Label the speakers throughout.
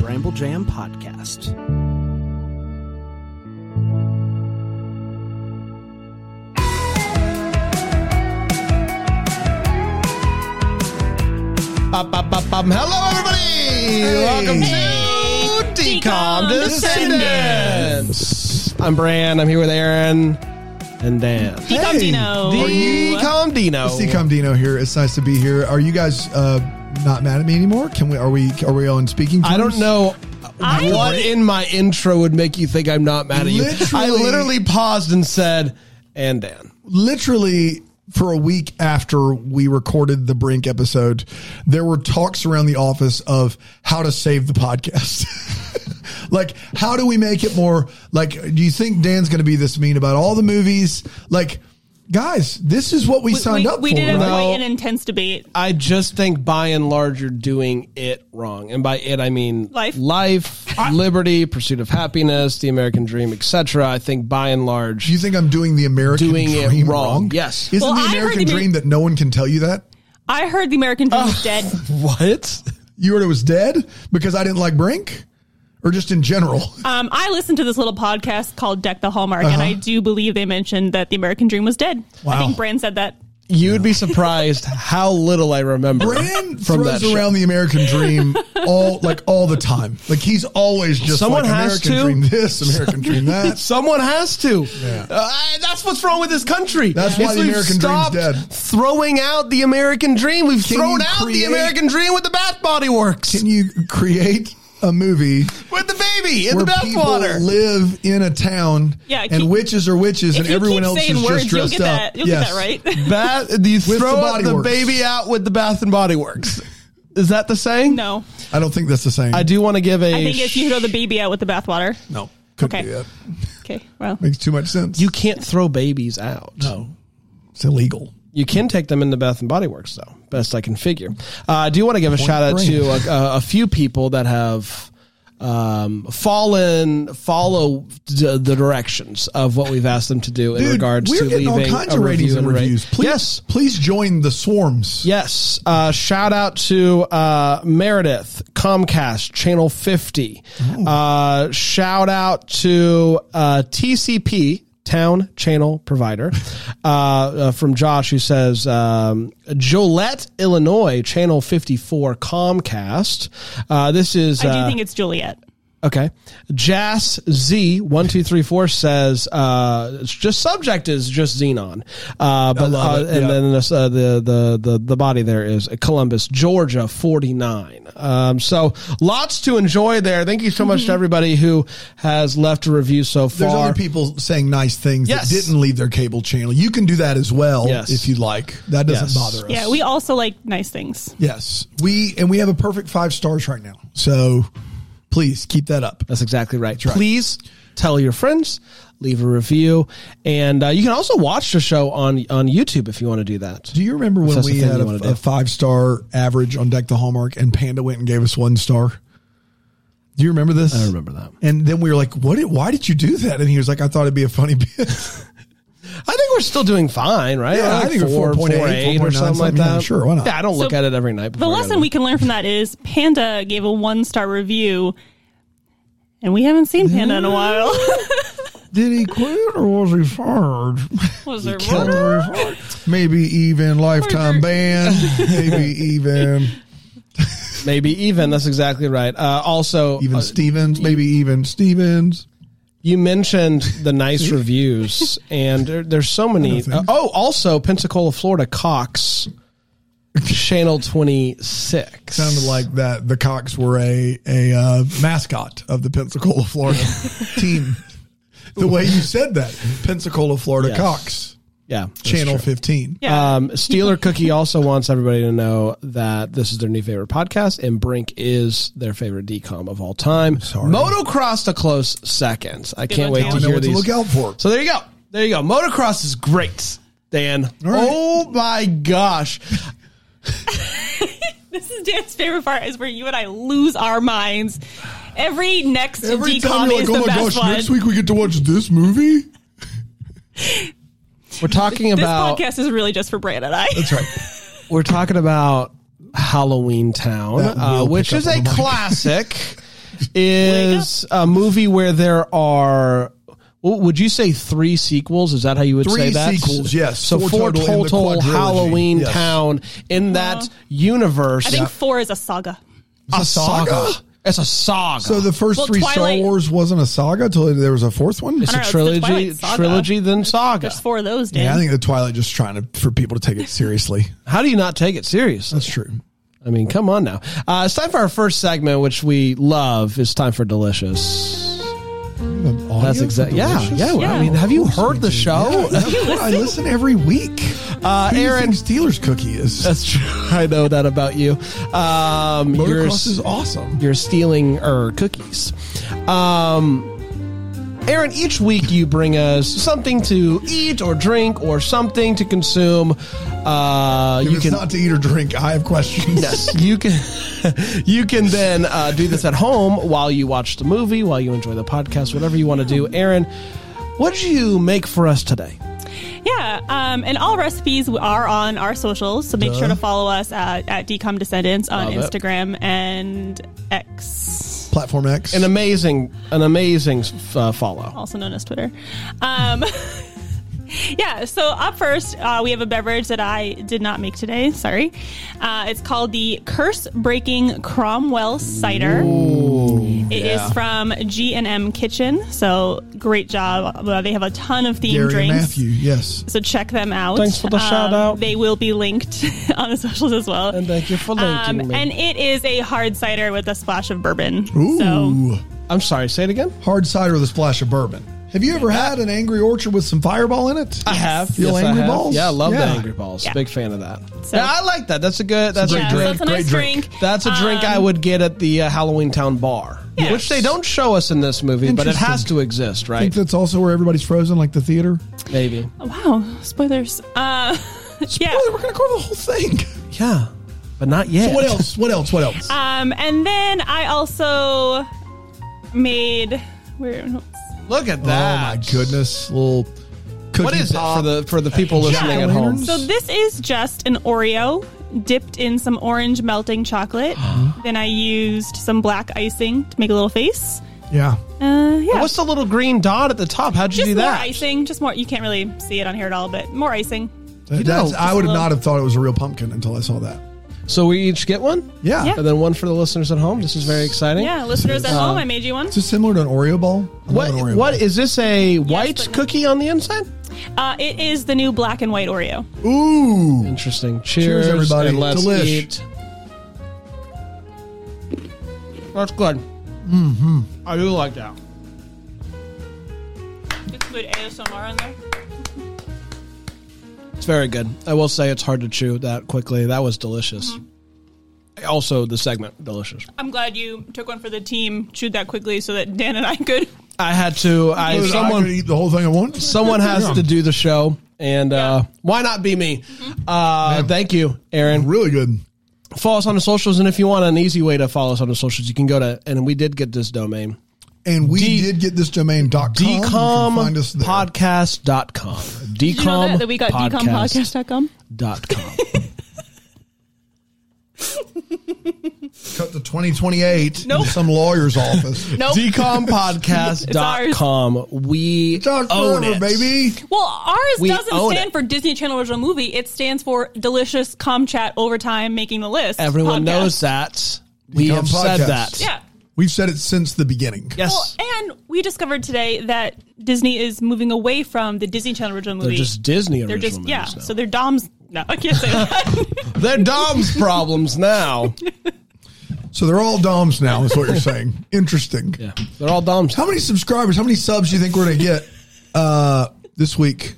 Speaker 1: Bramble Jam podcast.
Speaker 2: Bum, bum, bum, bum. Hello, everybody! Welcome to Decom
Speaker 3: Decom
Speaker 2: Descendants. I'm Bran. I'm here with Aaron and Dan.
Speaker 3: Decom Dino.
Speaker 2: Decom Dino.
Speaker 4: Steve Comdino here. It's nice to be here. Are you guys uh, not mad at me anymore? Can we? Are we? Are we on speaking? Terms?
Speaker 2: I don't know
Speaker 3: I
Speaker 2: what
Speaker 3: would-
Speaker 2: in my intro would make you think I'm not mad at you. I
Speaker 4: Literally-
Speaker 2: literally paused and said, and Dan.
Speaker 4: Literally. For a week after we recorded the Brink episode, there were talks around the office of how to save the podcast. like, how do we make it more? Like, do you think Dan's going to be this mean about all the movies? Like, guys, this is what we, signed
Speaker 3: we,
Speaker 4: up
Speaker 3: we
Speaker 4: for.
Speaker 3: did have
Speaker 4: right?
Speaker 3: quite an intense debate.
Speaker 2: I just think by and large you're doing it wrong, and by it I mean
Speaker 3: Life.
Speaker 2: life, liberty, pursuit of happiness, the American dream, etc. I think by and large,
Speaker 4: Do you think I'm doing the American
Speaker 2: Doing it
Speaker 4: dream
Speaker 2: wrong.
Speaker 4: wrong?
Speaker 2: Yes.
Speaker 4: Isn't
Speaker 3: Well, I
Speaker 4: the
Speaker 3: heard
Speaker 4: American
Speaker 3: the Ameri-
Speaker 4: dream that no one can tell you that?
Speaker 3: I heard the American dream
Speaker 4: Ah.
Speaker 3: is dead.
Speaker 2: what?
Speaker 4: You heard it was dead because I didn't like Brink, or just in general.
Speaker 2: Uh,
Speaker 3: Um, I listened to this little podcast called Deck the Hallmark, and I do believe they mentioned that the American dream was dead. I
Speaker 4: Uh-huh. Wow.
Speaker 3: think Brand said that.
Speaker 2: You'd be surprised how little I remember
Speaker 4: Bran
Speaker 2: from that.
Speaker 4: throws
Speaker 2: show.
Speaker 4: around the American dream all like all the time. Like he's always just
Speaker 2: Someone
Speaker 4: like,
Speaker 2: has
Speaker 4: American
Speaker 2: to.
Speaker 4: dream this, American dream that.
Speaker 2: Someone has to. Uh, that's what's wrong with this country.
Speaker 4: That's why
Speaker 2: Is
Speaker 4: the
Speaker 2: we've
Speaker 4: American dream's
Speaker 2: stopped
Speaker 4: dead.
Speaker 2: Throwing out the American dream. We've
Speaker 4: Can
Speaker 2: thrown
Speaker 4: you
Speaker 2: out the
Speaker 4: create-
Speaker 2: American dream with the Bath Body Works.
Speaker 4: Can you create a movie
Speaker 2: with the baby in the
Speaker 4: where people
Speaker 2: bathwater.
Speaker 4: live in a town
Speaker 3: Yeah,
Speaker 4: and
Speaker 3: keep-
Speaker 4: witches are witches and
Speaker 3: if you
Speaker 4: everyone
Speaker 3: keep
Speaker 4: else
Speaker 3: saying
Speaker 4: is
Speaker 3: words,
Speaker 4: just
Speaker 3: you'll
Speaker 4: dressed
Speaker 3: get
Speaker 4: up?
Speaker 3: that. You'll
Speaker 4: Yes.
Speaker 3: get that right.
Speaker 2: Bath, do you
Speaker 4: the
Speaker 2: throw
Speaker 4: Body
Speaker 2: the
Speaker 4: Works.
Speaker 2: baby out with the Bath and Body Works? Is that the saying?
Speaker 3: no,
Speaker 4: I don't think that's the same.
Speaker 2: I do want to give a.
Speaker 3: I think if you throw the baby out with the bathwater.
Speaker 4: no. Couldn't
Speaker 3: Okay.
Speaker 4: do that.
Speaker 3: Okay, well,
Speaker 4: Makes too much sense.
Speaker 2: you can't throw babies out.
Speaker 4: no. It's illegal.
Speaker 2: You can take them into Bath and Body Works, though, best I can figure. Uh, I do want to give a shout out
Speaker 4: blank.
Speaker 2: to a, a, a few people that have um, fallen, follow d- the directions of what we've asked them to do in
Speaker 4: Dude,
Speaker 2: regards
Speaker 4: we're
Speaker 2: to
Speaker 4: getting
Speaker 2: leaving
Speaker 4: all kinds
Speaker 2: a
Speaker 4: of ratings
Speaker 2: review
Speaker 4: and
Speaker 2: and rate.
Speaker 4: reviews. Please,
Speaker 2: Yes,
Speaker 4: please join the swarms.
Speaker 2: Yes. Uh, shout out to uh, Meredith, Comcast, Channel 50. Uh, shout out to uh, TCP, Town Channel Provider, uh, uh, from Josh, who says um, Jolette, Illinois, Channel 54, Comcast. Uh, this is.
Speaker 3: I
Speaker 2: uh,
Speaker 3: do think it's Juliet.
Speaker 2: Okay. Jas Z one two three four says uh, it's just subject is just xenon, uh, but
Speaker 4: love
Speaker 2: uh,
Speaker 4: it,
Speaker 2: and
Speaker 4: yeah.
Speaker 2: then this, uh, the the the the body there is Columbus, Georgia forty nine. Um, so lots to enjoy there. Thank you so much to everybody who has left a review so far.
Speaker 4: There's other people saying nice things
Speaker 2: Yes.
Speaker 4: that didn't leave their cable channel. You can do that as well
Speaker 2: Yes.
Speaker 4: if you'd like. That doesn't
Speaker 2: Yes.
Speaker 4: bother us.
Speaker 3: Yeah, we also like nice things.
Speaker 4: yes. We and we have a perfect five stars right now. So please keep that up.
Speaker 2: That's exactly right. Please tell your friends, leave a review, and uh, you can also watch the show on on YouTube if you want to do that.
Speaker 4: Do you remember when
Speaker 2: that's the
Speaker 4: we
Speaker 2: thing
Speaker 4: had
Speaker 2: you wanna do.
Speaker 4: a, a five star average on Deck the Hallmark and Panda went and gave us one star? Do you remember this?
Speaker 2: I remember that.
Speaker 4: And then we were like, "What? Did, why did you do that?" And he was like, "I thought it'd be a funny bit."
Speaker 2: I think we're still doing fine, right?
Speaker 4: Yeah,
Speaker 2: We're
Speaker 4: I
Speaker 2: like
Speaker 4: think we're
Speaker 2: 4.8
Speaker 4: 4.8,
Speaker 2: or something
Speaker 4: 4.9,
Speaker 2: like
Speaker 4: something, yeah,
Speaker 2: that.
Speaker 4: sure, why not?
Speaker 2: Yeah, I don't look
Speaker 3: So,
Speaker 2: at it every night.
Speaker 3: The lesson we can learn from that is Panda gave a one star review, and we haven't seen Panda in a while.
Speaker 4: did he quit or was he fired?
Speaker 3: was there
Speaker 4: Killed her. Maybe even lifetime ban. Maybe even
Speaker 2: maybe even that's exactly right. Uh, also,
Speaker 4: even
Speaker 2: uh,
Speaker 4: Stevens. Maybe even Stevens.
Speaker 2: you mentioned the nice reviews, and there, there's so many. Uh, oh, also Pensacola, Florida, Cox, Channel 26.
Speaker 4: Sounded like that the Cox were a a uh, mascot of the Pensacola, Florida team. The way you said that, Pensacola, Florida
Speaker 2: Yes.
Speaker 4: Cox,
Speaker 2: yeah, that's
Speaker 4: Channel
Speaker 2: true.
Speaker 4: Fifteen.
Speaker 3: Yeah.
Speaker 2: Um, Steeler Cookie also wants everybody to know that this is their new favorite podcast, and Brink is their favorite decom of all time.
Speaker 4: Sorry.
Speaker 2: Motocross a close second. I can't wait
Speaker 3: one, Dan.
Speaker 2: to
Speaker 4: I know
Speaker 2: hear
Speaker 4: what to
Speaker 2: these.
Speaker 4: look out for.
Speaker 2: So there you go. There you go. Motocross is great, Dan.
Speaker 4: right.
Speaker 2: Oh my gosh.
Speaker 3: This is Dan's favorite part is where you and I lose our minds. Every next
Speaker 4: Every time
Speaker 3: decom
Speaker 4: you're
Speaker 3: is
Speaker 4: like, "Oh
Speaker 3: the
Speaker 4: my gosh,
Speaker 3: best one.
Speaker 4: next week we get to watch this movie."
Speaker 2: We're talking
Speaker 3: this
Speaker 2: about
Speaker 3: podcast is really just for Brand and I.
Speaker 4: That's right.
Speaker 2: we're talking about Halloween Town,
Speaker 4: That
Speaker 2: uh,
Speaker 4: will
Speaker 2: which
Speaker 4: pick
Speaker 2: is
Speaker 4: up
Speaker 2: a
Speaker 4: on the mic.
Speaker 2: classic. is a movie where there are. w- Would you say three sequels? Is that how you would
Speaker 4: Three
Speaker 2: say that?
Speaker 4: sequels, yes.
Speaker 2: So
Speaker 4: Four
Speaker 2: four
Speaker 4: total in
Speaker 2: total,
Speaker 4: the quadrilogy,
Speaker 2: Halloween
Speaker 4: yes.
Speaker 2: Town in that
Speaker 3: Well,
Speaker 2: universe.
Speaker 3: I think four is a saga.
Speaker 2: a saga.
Speaker 4: saga?
Speaker 2: It's a saga.
Speaker 4: So the first
Speaker 3: Well,
Speaker 4: three Star
Speaker 3: Twilight-
Speaker 4: Wars wasn't a saga until there was a fourth one.
Speaker 2: it's
Speaker 3: I
Speaker 2: a
Speaker 3: don't know, it's the
Speaker 2: trilogy,
Speaker 3: Twilight Saga.
Speaker 2: trilogy, then saga.
Speaker 3: There's four of those, Dan.
Speaker 4: Yeah, I think the Twilight just trying to for people to take it seriously.
Speaker 2: How do you not take it seriously?
Speaker 4: That's true.
Speaker 2: I mean, come on now. Uh, it's time for our first segment, which we love. It's time for Delicious. That's exactly. Yeah, yeah,
Speaker 3: Yeah.
Speaker 2: I mean, have you heard the show?
Speaker 4: I listen every week.
Speaker 2: Uh,
Speaker 4: Who do you
Speaker 2: Aaron-
Speaker 4: think Steelers cookie is
Speaker 2: That's true. I know that about you. Um, you're,
Speaker 4: motocross is awesome.
Speaker 2: you're stealing er cookies. Um, Aaron, each week you bring us something to eat or drink or something to consume. Uh,
Speaker 4: If
Speaker 2: you
Speaker 4: it's
Speaker 2: can
Speaker 4: not to eat or drink. I have questions.
Speaker 2: Yes, you can. You can then uh, do this at home while you watch the movie, while you enjoy the podcast, whatever you want to do. Aaron, what did you make for us today?
Speaker 3: Yeah, um, and all recipes are on our socials, so make sure to follow us at, at Decom Descendants on
Speaker 2: Love it.
Speaker 3: Instagram and X,
Speaker 4: Platform X.
Speaker 2: An amazing, an amazing uh, follow.
Speaker 3: also known as Twitter. Um, yeah, so up first, uh, we have a beverage that I did not make today. Sorry. Uh, it's called the Curse Breaking Cromwell Cider. It is from G&M Kitchen, so great job. Uh, they have a ton of themed
Speaker 4: Gary
Speaker 3: drinks.
Speaker 4: and Matthew. Yes.
Speaker 3: So check them out. Um,
Speaker 2: Thanks for the shout out.
Speaker 3: They will be linked on the socials as well. Um,
Speaker 2: And thank you for linking me.
Speaker 3: And it is a hard cider with a splash of bourbon.
Speaker 4: Ooh.
Speaker 3: So
Speaker 2: I'm sorry, say it again.
Speaker 4: Hard cider with a splash of bourbon. Have you ever had an angry orchard with some fireball in it?
Speaker 2: I have.
Speaker 4: Feel
Speaker 2: Yes, I
Speaker 4: angry
Speaker 2: have.
Speaker 4: balls?
Speaker 2: Yeah, I love the
Speaker 4: Yeah.
Speaker 2: angry balls.
Speaker 3: Yeah.
Speaker 2: Big fan of that.
Speaker 3: So-
Speaker 2: yeah, I like that. That's a good. That's
Speaker 3: yeah,
Speaker 2: a
Speaker 3: so
Speaker 2: drink.
Speaker 3: that's a nice
Speaker 4: great drink.
Speaker 3: drink.
Speaker 2: That's a drink I
Speaker 3: Um,
Speaker 2: would get at the uh, Halloween Town bar,
Speaker 3: Yes.
Speaker 2: which they don't show us in this movie, but it
Speaker 4: Interesting.
Speaker 2: has to exist,
Speaker 4: I think
Speaker 2: right?
Speaker 4: that's also where everybody's frozen, like the theater.
Speaker 2: Maybe.
Speaker 3: Wow, Oh, spoilers. Uh, yeah.
Speaker 4: Well, we're going to cover the whole thing.
Speaker 2: Yeah, but not yet.
Speaker 4: What else? What else? What else?
Speaker 3: Um, and then I also made where
Speaker 2: Look at
Speaker 4: oh
Speaker 2: that!
Speaker 4: my goodness! Little cookie
Speaker 2: What is it
Speaker 4: pop.
Speaker 2: for the for the people listening at home?
Speaker 4: lanterns?
Speaker 3: So this is just an Oreo dipped in some orange melting chocolate. then I used some black icing to make a little face.
Speaker 4: yeah.
Speaker 3: Uh, yeah.
Speaker 2: What's the little green dot at the top? How'd you
Speaker 3: just
Speaker 2: do
Speaker 3: more
Speaker 2: that?
Speaker 3: icing. Just more. You can't really see it on here at all, but more icing.
Speaker 2: You
Speaker 4: That's,
Speaker 2: know,
Speaker 4: I would
Speaker 3: just a
Speaker 4: not have thought it was a real pumpkin until I saw that.
Speaker 2: So we each get one,
Speaker 4: Yeah.
Speaker 3: Yeah.
Speaker 2: and then one for the listeners at home. This is very exciting.
Speaker 3: Yeah, listeners
Speaker 2: Uh,
Speaker 3: at home, I made you one.
Speaker 4: Is this similar to an Oreo ball? I love
Speaker 2: What
Speaker 4: an Oreo
Speaker 2: what is this a white
Speaker 3: but-
Speaker 2: cookie on the inside?
Speaker 3: Uh, it is the new black and white Oreo.
Speaker 4: ball. Ooh.
Speaker 2: Interesting. Cheers,
Speaker 4: everybody.
Speaker 2: And let's
Speaker 4: Delish.
Speaker 2: eat. That's good. Mm-hmm. I do like that.
Speaker 3: ASMR on there.
Speaker 2: It's very good. I will say it's hard to chew that quickly. That was delicious.
Speaker 4: Mm-hmm.
Speaker 2: Also, the segment delicious.
Speaker 3: I'm glad you took one for the team, chewed that quickly so that Dan and I could.
Speaker 2: I had to. I
Speaker 4: Dude, I
Speaker 2: someone
Speaker 4: could eat the whole thing at once.
Speaker 2: someone has
Speaker 4: Yeah.
Speaker 2: to do the show and uh, why not be me
Speaker 4: Mm-hmm.
Speaker 2: uh, thank you aaron
Speaker 4: Really good.
Speaker 2: follow us on the socials and if you want an easy way to follow us on the socials you can go to and we did get this domain
Speaker 4: And we
Speaker 2: D-
Speaker 4: did get this domain dot com. You can find us there.
Speaker 2: decompodcast.com
Speaker 3: Did you know that, that we got
Speaker 2: decompodcast
Speaker 3: decompodcast.com?
Speaker 2: dot com.
Speaker 4: Cut to 2028
Speaker 3: Nope.
Speaker 4: in some lawyer's office.
Speaker 3: Nope. It's
Speaker 2: decompodcast.com we
Speaker 4: Talk
Speaker 2: own
Speaker 4: forever,
Speaker 2: it
Speaker 4: baby.
Speaker 3: Well, ours
Speaker 2: We
Speaker 3: doesn't
Speaker 2: own
Speaker 3: stand
Speaker 2: it.
Speaker 3: for Disney Channel Original Movie. It stands for Delicious Com Chat Overtime Making the List.
Speaker 2: everyone
Speaker 3: podcast.
Speaker 2: knows that we have said
Speaker 4: Decompodcast.
Speaker 2: that
Speaker 3: Yeah.
Speaker 4: We've said it since the beginning.
Speaker 2: yes
Speaker 3: Well, and we discovered today that Disney is moving away from the Disney Channel Original Movie.
Speaker 2: they're just Disney
Speaker 3: They're
Speaker 2: original
Speaker 3: just yeah.
Speaker 2: movies now.
Speaker 3: So they're Dom's. No, I can't say that.
Speaker 2: they're Dom's problems now.
Speaker 4: So they're all DOMs now, is what you're saying. Interesting.
Speaker 2: Yeah, they're all Dom's.
Speaker 4: How many subscribers, how many subs do you think we're going to get uh, this week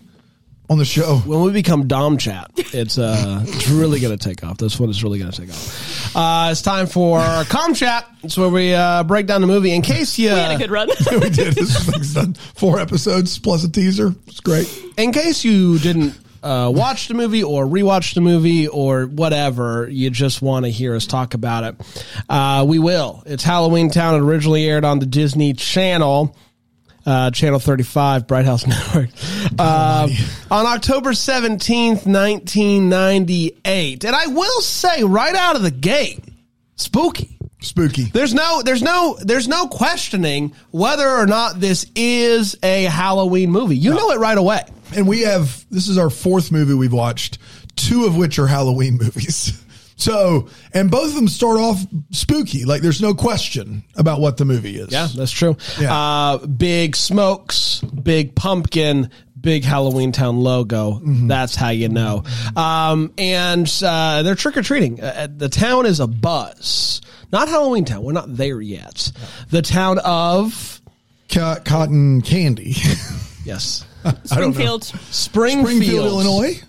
Speaker 4: on the show?
Speaker 2: when we become Dom Chat, it's uh, it's really gonna take off. This one is really gonna take off. Uh, it's time for Com Chat. It's where we uh, break down the movie in case you,
Speaker 3: we had a good run.
Speaker 4: we did. This thing's done. Four episodes plus a teaser. It's great.
Speaker 2: in case you didn't. Uh, watch the movie or rewatch the movie or whatever you just want to hear us talk about it. Uh, we will. It's Halloween Town. It originally aired on the Disney Channel. uh, Channel 35, Bright House Network, uh, on October 17th, 1998. And I will say right out of the gate, spooky.
Speaker 4: Spooky.
Speaker 2: There's no there's no there's no questioning whether or not this is a Halloween movie. You know it right away.
Speaker 4: And we have this is our fourth movie we've watched, two of which are Halloween movies. So, and both of them start off spooky. Like there's no question about what the movie is.
Speaker 2: Yeah, that's true.
Speaker 4: Yeah.
Speaker 2: Uh, big smokes, big pumpkin, big Halloween Town logo.
Speaker 4: Mm-hmm.
Speaker 2: That's how you know. Um, and uh, they're trick or treating. Uh, the town is a buzz. Not Halloween Town. We're not there yet. The town of
Speaker 4: Co- cotton candy.
Speaker 2: yes,
Speaker 3: Springfield,
Speaker 2: Springfield,
Speaker 4: Springfield, Illinois.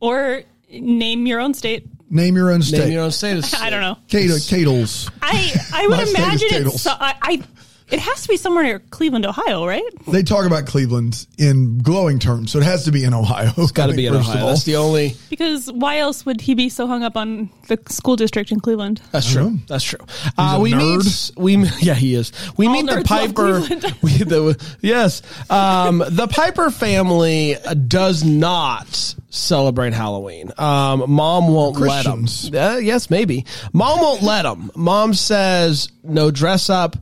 Speaker 3: or name your own state.
Speaker 4: Name your own state.
Speaker 2: Name your own state. is-
Speaker 3: I don't know.
Speaker 4: Cato- Catles.
Speaker 3: I I would
Speaker 4: My state is
Speaker 3: imagine it's.
Speaker 4: Toodles.
Speaker 3: So, I, I it has to be somewhere near Cleveland, Ohio, right?
Speaker 4: They talk about Cleveland in glowing terms, so it has to be in Ohio. It's
Speaker 2: Got to be in Ohio. That's the only.
Speaker 3: Because why else would he be so hung up on the school district in Cleveland?
Speaker 2: That's true. That's true. Uh,
Speaker 4: Mm-hmm. a
Speaker 2: we
Speaker 4: nerd.
Speaker 2: meet. We yeah, he is. We
Speaker 3: All
Speaker 2: meet the
Speaker 3: nerds love
Speaker 2: Piper.
Speaker 3: Cleveland.
Speaker 2: we, the, yes, um, the Piper family uh, does not celebrate Halloween. Um, Mom won't
Speaker 4: Christians.
Speaker 2: let them. yes, maybe. Mom won't let them. Mom says no dress up.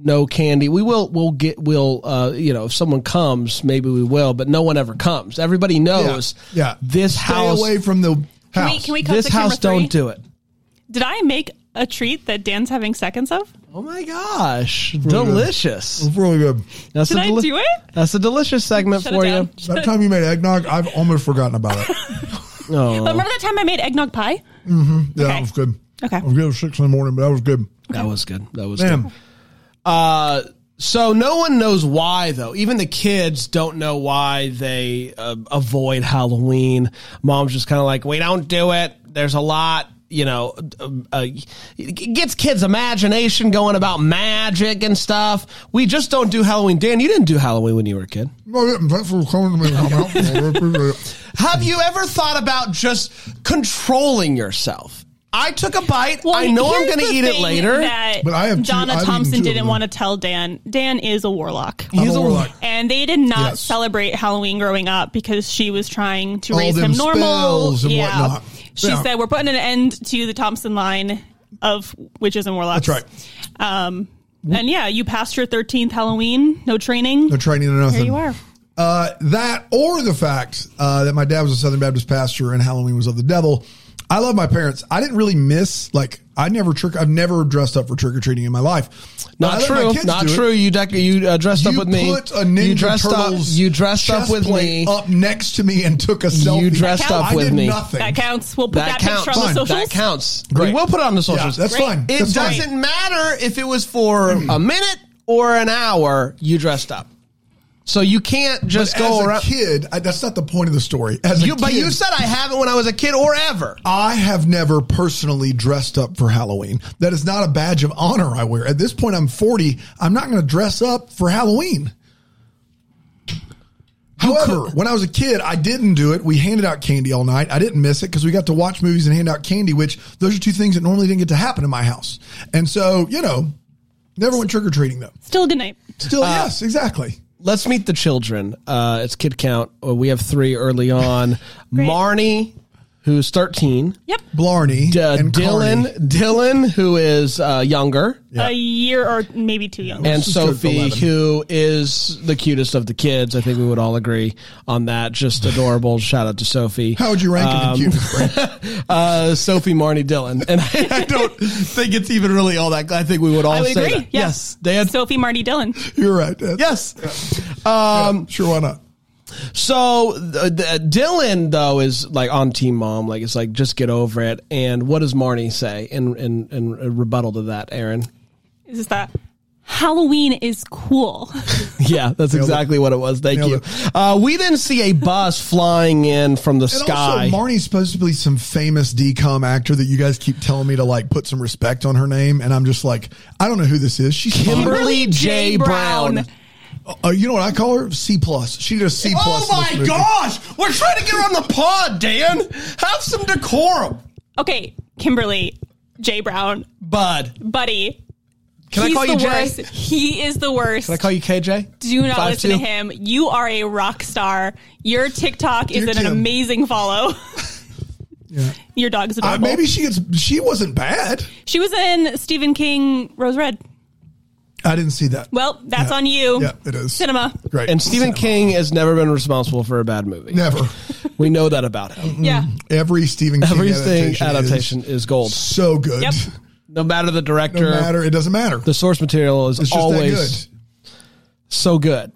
Speaker 2: No candy. We will. We'll get. We'll. Uh, you know, if someone comes, maybe we will. But no one ever comes. Everybody knows.
Speaker 4: Yeah.
Speaker 2: This
Speaker 4: Stay
Speaker 2: house.
Speaker 4: away from the house.
Speaker 3: Wait, can we cut
Speaker 2: This
Speaker 3: to camera
Speaker 2: house.
Speaker 3: three?
Speaker 2: Don't do it.
Speaker 3: Did I make a treat that Dan's having seconds of?
Speaker 2: Oh my gosh, delicious!
Speaker 4: It's really good.
Speaker 2: That's
Speaker 3: Did
Speaker 2: a
Speaker 3: I do it?
Speaker 2: That's a delicious segment
Speaker 3: Shut
Speaker 2: for
Speaker 3: it
Speaker 2: you.
Speaker 3: down.
Speaker 4: That time you made eggnog, I've almost forgotten about it.
Speaker 2: Oh,
Speaker 3: But remember that time I made eggnog pie?
Speaker 4: Yeah,
Speaker 3: Okay.
Speaker 4: that was good.
Speaker 3: Okay.
Speaker 4: I was good at six in the morning, but that was good.
Speaker 2: That was good. That was
Speaker 4: Damn.
Speaker 2: good. Uh, so no one knows why though. Even the kids don't know why they uh, avoid Halloween. Mom's just kind of like, "We don't do it. There's a lot." You know, uh, uh, it gets kids' imagination going about magic and stuff. We just don't do Halloween. Dan, you didn't do Halloween when you were a kid.
Speaker 4: No, yeah, thanks for coming to me. I'm out. I appreciate it.
Speaker 2: Have you ever thought about just controlling yourself? I took a bite. I know I'm
Speaker 3: here's
Speaker 2: going to
Speaker 3: the
Speaker 2: eat it
Speaker 3: thing
Speaker 2: later.
Speaker 3: That
Speaker 4: But I have two-
Speaker 3: Donna
Speaker 4: I've eaten two
Speaker 3: Thompson
Speaker 4: of
Speaker 3: didn't
Speaker 4: them.
Speaker 3: want to tell Dan. Dan is a warlock.
Speaker 4: I'm
Speaker 2: He's a
Speaker 4: warlock.
Speaker 3: And they did not
Speaker 4: Yes.
Speaker 3: celebrate Halloween growing up because she was trying to
Speaker 4: All
Speaker 3: raise
Speaker 4: them
Speaker 3: him normal.
Speaker 4: spells and whatnot.
Speaker 3: She
Speaker 4: Yeah.
Speaker 3: said, We're putting an end to the Thompson line of witches and warlocks.
Speaker 4: That's right.
Speaker 3: Um, and yeah, you passed your 13th Halloween, no training.
Speaker 4: No training or nothing.
Speaker 3: There you are.
Speaker 4: Uh, that or the fact uh, that my dad was a Southern Baptist pastor and Halloween was of the devil. I love my parents. I didn't really miss like I never trick. I've never dressed up for trick or treating in my life.
Speaker 2: Not
Speaker 4: I let my
Speaker 2: true.
Speaker 4: kids
Speaker 2: Not
Speaker 4: do it.
Speaker 2: true. You dec- you uh, dressed up
Speaker 4: You
Speaker 2: with me.
Speaker 4: put a Ninja
Speaker 2: you dressed
Speaker 4: Turtles
Speaker 2: up. You dressed up
Speaker 4: chest
Speaker 2: with me.
Speaker 4: plate up next to me and took a selfie.
Speaker 2: dressed
Speaker 3: up
Speaker 4: I
Speaker 2: with
Speaker 4: did
Speaker 2: me.
Speaker 4: Nothing.
Speaker 3: That counts. We'll put
Speaker 2: That
Speaker 3: that,
Speaker 2: counts.
Speaker 3: picture on the
Speaker 2: Fine.
Speaker 3: socials.
Speaker 2: That counts.
Speaker 4: Great.
Speaker 2: We will put it on the
Speaker 4: Yeah,
Speaker 2: socials.
Speaker 4: that's
Speaker 3: Great.
Speaker 4: fine.
Speaker 2: It
Speaker 4: That's fine.
Speaker 2: doesn't matter if it was for a minute or an hour. You dressed up, so you can't just
Speaker 4: As
Speaker 2: go
Speaker 4: a
Speaker 2: around.
Speaker 4: kid, I, that's not the point of the story. As a
Speaker 2: You, but
Speaker 4: kid,
Speaker 2: you said I haven't when I was a kid or ever.
Speaker 4: I have never personally dressed up for Halloween. That is not a badge of honor I wear. At this point, I'm 40. I'm not going to dress up for Halloween. However, when I was a kid, I didn't do it. We handed out candy all night. I didn't miss it because we got to watch movies and hand out candy, which those are two things that normally didn't get to happen in my house. And so, you know, never went trick or treating though.
Speaker 3: Still good night.
Speaker 4: Still,
Speaker 2: Uh,
Speaker 4: yes, exactly.
Speaker 2: let's meet the children. Uh, it's kid count. Uh, We have three early on. Marnie, who's thirteen.
Speaker 3: Yep.
Speaker 4: Blarney
Speaker 2: D- uh,
Speaker 4: and
Speaker 2: Dylan,
Speaker 4: Carney.
Speaker 2: Dylan, who is uh, younger,
Speaker 3: A year or maybe two young.
Speaker 2: and
Speaker 4: Let's just go with
Speaker 2: Sophie,
Speaker 4: 11.
Speaker 2: who is the cutest of the kids. I think we would all agree on that. Just adorable. Shout out to Sophie.
Speaker 4: How would you rank them in
Speaker 2: um,
Speaker 4: cuteness? Brandon?
Speaker 2: Uh, Sophie, Marnie, Dylan, and I, I don't think it's even really all that. I think we would all
Speaker 3: I would
Speaker 2: say
Speaker 3: agree.
Speaker 2: that.
Speaker 3: Yeah.
Speaker 2: Yes, Dan.
Speaker 3: Sophie, Marty, Dylan.
Speaker 4: You're right. That's-
Speaker 2: yes.
Speaker 4: Um, sure, why not?
Speaker 2: So the, the, Dylan though is like on Team Mom, like it's like just get over it. And what does Marnie say in in, in rebuttal to that, Aaron?
Speaker 3: Is this that? Halloween is cool.
Speaker 2: Yeah, that's exactly what it was. Thank
Speaker 4: Nailed
Speaker 2: you. Uh, we then see a bus flying in from the
Speaker 4: And
Speaker 2: sky.
Speaker 4: also, Marnie's supposed to be some famous DCOM actor that you guys keep telling me to like put some respect on her name, and I'm just like, I don't know who this is. She's
Speaker 2: Kimberly
Speaker 4: fine.
Speaker 2: J. Brown.
Speaker 4: Uh, you know what I call her? C plus. She did a C plus. in this movie.
Speaker 2: Oh gosh, we're trying to get her on the pod, Dan. Have some decorum,
Speaker 3: Okay, Kimberly, J Brown,
Speaker 2: Bud.
Speaker 3: buddy.
Speaker 2: Can I
Speaker 3: he's
Speaker 2: call you
Speaker 3: the
Speaker 2: Jay?
Speaker 3: worst. He is the worst.
Speaker 2: Can I call you KJ?
Speaker 3: Do not
Speaker 2: Five
Speaker 3: listen
Speaker 2: two?
Speaker 3: to him. You are a rock star. Your TikTok is
Speaker 4: Dear
Speaker 3: an
Speaker 4: Kim.
Speaker 3: amazing follow. Your dog's
Speaker 4: Uh,
Speaker 3: adorable.
Speaker 4: maybe she gets. She wasn't bad.
Speaker 3: she was in Stephen King Rose Red.
Speaker 4: I didn't see that.
Speaker 3: Well, that's
Speaker 4: Yeah.
Speaker 3: on you.
Speaker 4: Yeah, it is.
Speaker 3: Cinema.
Speaker 4: Great.
Speaker 2: And Stephen King has never been responsible for a bad movie.
Speaker 4: never.
Speaker 2: We know that about
Speaker 4: Mm-hmm.
Speaker 2: him.
Speaker 3: Yeah.
Speaker 4: Every Stephen King
Speaker 2: Everything
Speaker 4: adaptation,
Speaker 2: adaptation
Speaker 4: is
Speaker 2: is, gold.
Speaker 4: so good.
Speaker 3: Yep.
Speaker 2: No matter the director,
Speaker 4: No matter. It doesn't matter.
Speaker 2: the source material is
Speaker 4: It's just that
Speaker 2: always
Speaker 4: good.
Speaker 2: so good.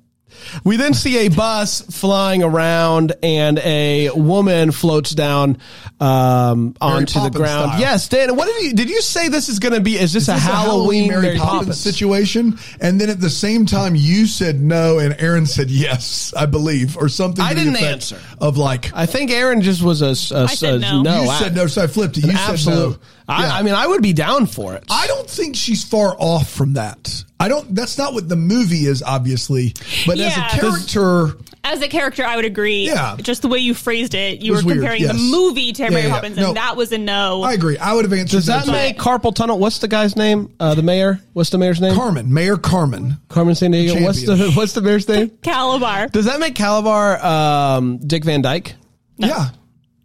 Speaker 2: We then see a bus flying around, and a woman floats down um, onto the
Speaker 4: Poppins
Speaker 2: ground.
Speaker 4: style.
Speaker 2: Yes, Dan. What did you did you say? This is going to be? Is this, a,
Speaker 4: It's
Speaker 2: Halloween, Mary, Poppins,
Speaker 4: situation. And then at the same time, you said no, and Aaron said yes, I believe, or something.
Speaker 2: I
Speaker 4: to the
Speaker 2: didn't
Speaker 4: effect
Speaker 2: answer.
Speaker 4: Of like,
Speaker 2: I think Aaron just was a, a-
Speaker 3: I said
Speaker 2: a-
Speaker 3: no.
Speaker 2: no.
Speaker 4: you
Speaker 2: Oh, I-
Speaker 4: said no, so I flipped it. You
Speaker 2: an
Speaker 4: said
Speaker 2: absolute.
Speaker 4: no.
Speaker 2: I,
Speaker 4: Yeah.
Speaker 2: I mean, I would be down for it.
Speaker 4: I don't think she's far off from that. I don't. That's not what the movie is, obviously. But
Speaker 3: Yeah.
Speaker 4: as a character,
Speaker 3: As a character, I would agree.
Speaker 4: Yeah.
Speaker 3: Just the way you phrased it, you
Speaker 4: It
Speaker 3: were
Speaker 4: was weird,
Speaker 3: comparing
Speaker 4: yes.
Speaker 3: the movie to
Speaker 4: Yeah,
Speaker 3: Mary
Speaker 4: yeah, yeah.
Speaker 3: Poppins,
Speaker 4: No.
Speaker 3: and that was a no.
Speaker 4: I agree. I would have answered
Speaker 2: Does that
Speaker 4: too.
Speaker 2: make carpal tunnel? What's the guy's name? Uh, the mayor. What's the mayor's name?
Speaker 4: Carmen, Mayor Carmen?
Speaker 2: Carmen San Diego. What's
Speaker 4: Champion.
Speaker 2: the What's the mayor's name?
Speaker 3: Calabar.
Speaker 2: Does that make Calabar um, Dick Van Dyke?
Speaker 4: Yeah.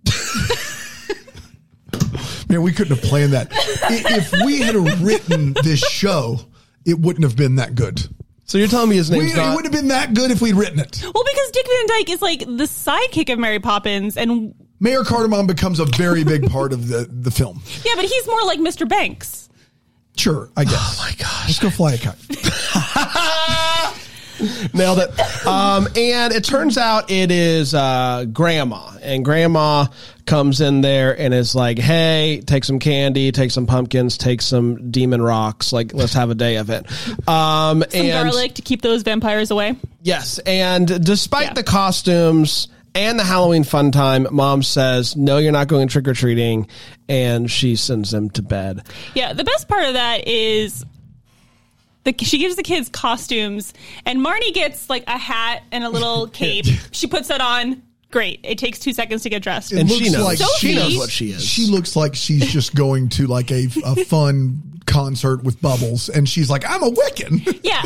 Speaker 4: Man, we couldn't have planned that. I- If we had written this show, it wouldn't have been that good.
Speaker 2: So you're telling me his
Speaker 4: We,
Speaker 2: name's
Speaker 4: it
Speaker 2: not?
Speaker 4: wouldn't have been that good if we'd written it.
Speaker 3: Well, because Dick Van Dyke is like the sidekick of Mary Poppins, and
Speaker 4: Mayor Cardamom becomes a very big part of the, the film.
Speaker 3: yeah, but he's more like Mr. Banks.
Speaker 4: Sure, I guess. Oh my gosh. Let's go fly a kite.
Speaker 2: Nailed it. Um, and it turns out it is uh, grandma. And grandma comes in there and is like, hey, take some candy, take some pumpkins, take some demon rocks. Like, let's have a day of it. Um,
Speaker 3: Some
Speaker 2: and
Speaker 3: garlic to keep those vampires away.
Speaker 2: yes. And despite
Speaker 3: Yeah.
Speaker 2: the costumes and the Halloween fun time, mom says, no, you're not going trick or treating. And she sends them to bed.
Speaker 3: Yeah, the best part of that is the she gives the kids costumes, and Marnie gets like a hat and a little cape. She puts that on. Great. It takes two seconds to get dressed.
Speaker 4: It
Speaker 2: And
Speaker 4: looks
Speaker 2: she knows.
Speaker 4: like
Speaker 2: she
Speaker 3: Sophie-
Speaker 2: knows what she is.
Speaker 4: She looks like she's just going to like a, a fun concert with bubbles, and she's like, I'm a Wiccan.
Speaker 3: Yeah.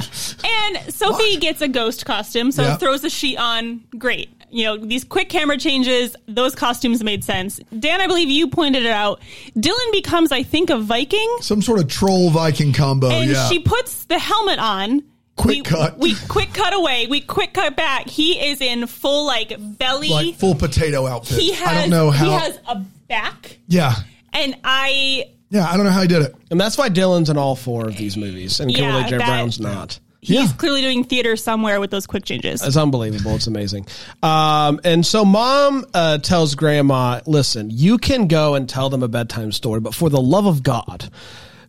Speaker 3: And Sophie gets a ghost costume, so
Speaker 4: Yeah.
Speaker 3: throws the sheet on. Great. You know, these quick camera changes, those costumes made sense. Dan, I believe you pointed it out. Dylan becomes, I think, a Viking,
Speaker 4: Some sort of troll Viking combo.
Speaker 3: and
Speaker 4: Oh, yeah.
Speaker 3: she puts the helmet on.
Speaker 4: Quick
Speaker 3: we,
Speaker 4: cut.
Speaker 3: We quick cut away. We quick cut back. He is in full, like, belly.
Speaker 4: like full potato outfit.
Speaker 3: he has,
Speaker 4: I don't know how.
Speaker 3: He has a back,
Speaker 4: yeah.
Speaker 3: and I.
Speaker 4: Yeah, I don't know how he did it.
Speaker 2: and that's why Dylan's in all four of these movies. And
Speaker 3: Yeah,
Speaker 2: Kimberly J.
Speaker 3: that-
Speaker 2: Brown's not.
Speaker 3: He's
Speaker 4: Yeah.
Speaker 3: clearly doing theater somewhere with those quick changes.
Speaker 2: It's unbelievable. It's amazing. Um, and so mom uh, tells grandma, listen, you can go and tell them a bedtime story, but for the love of God,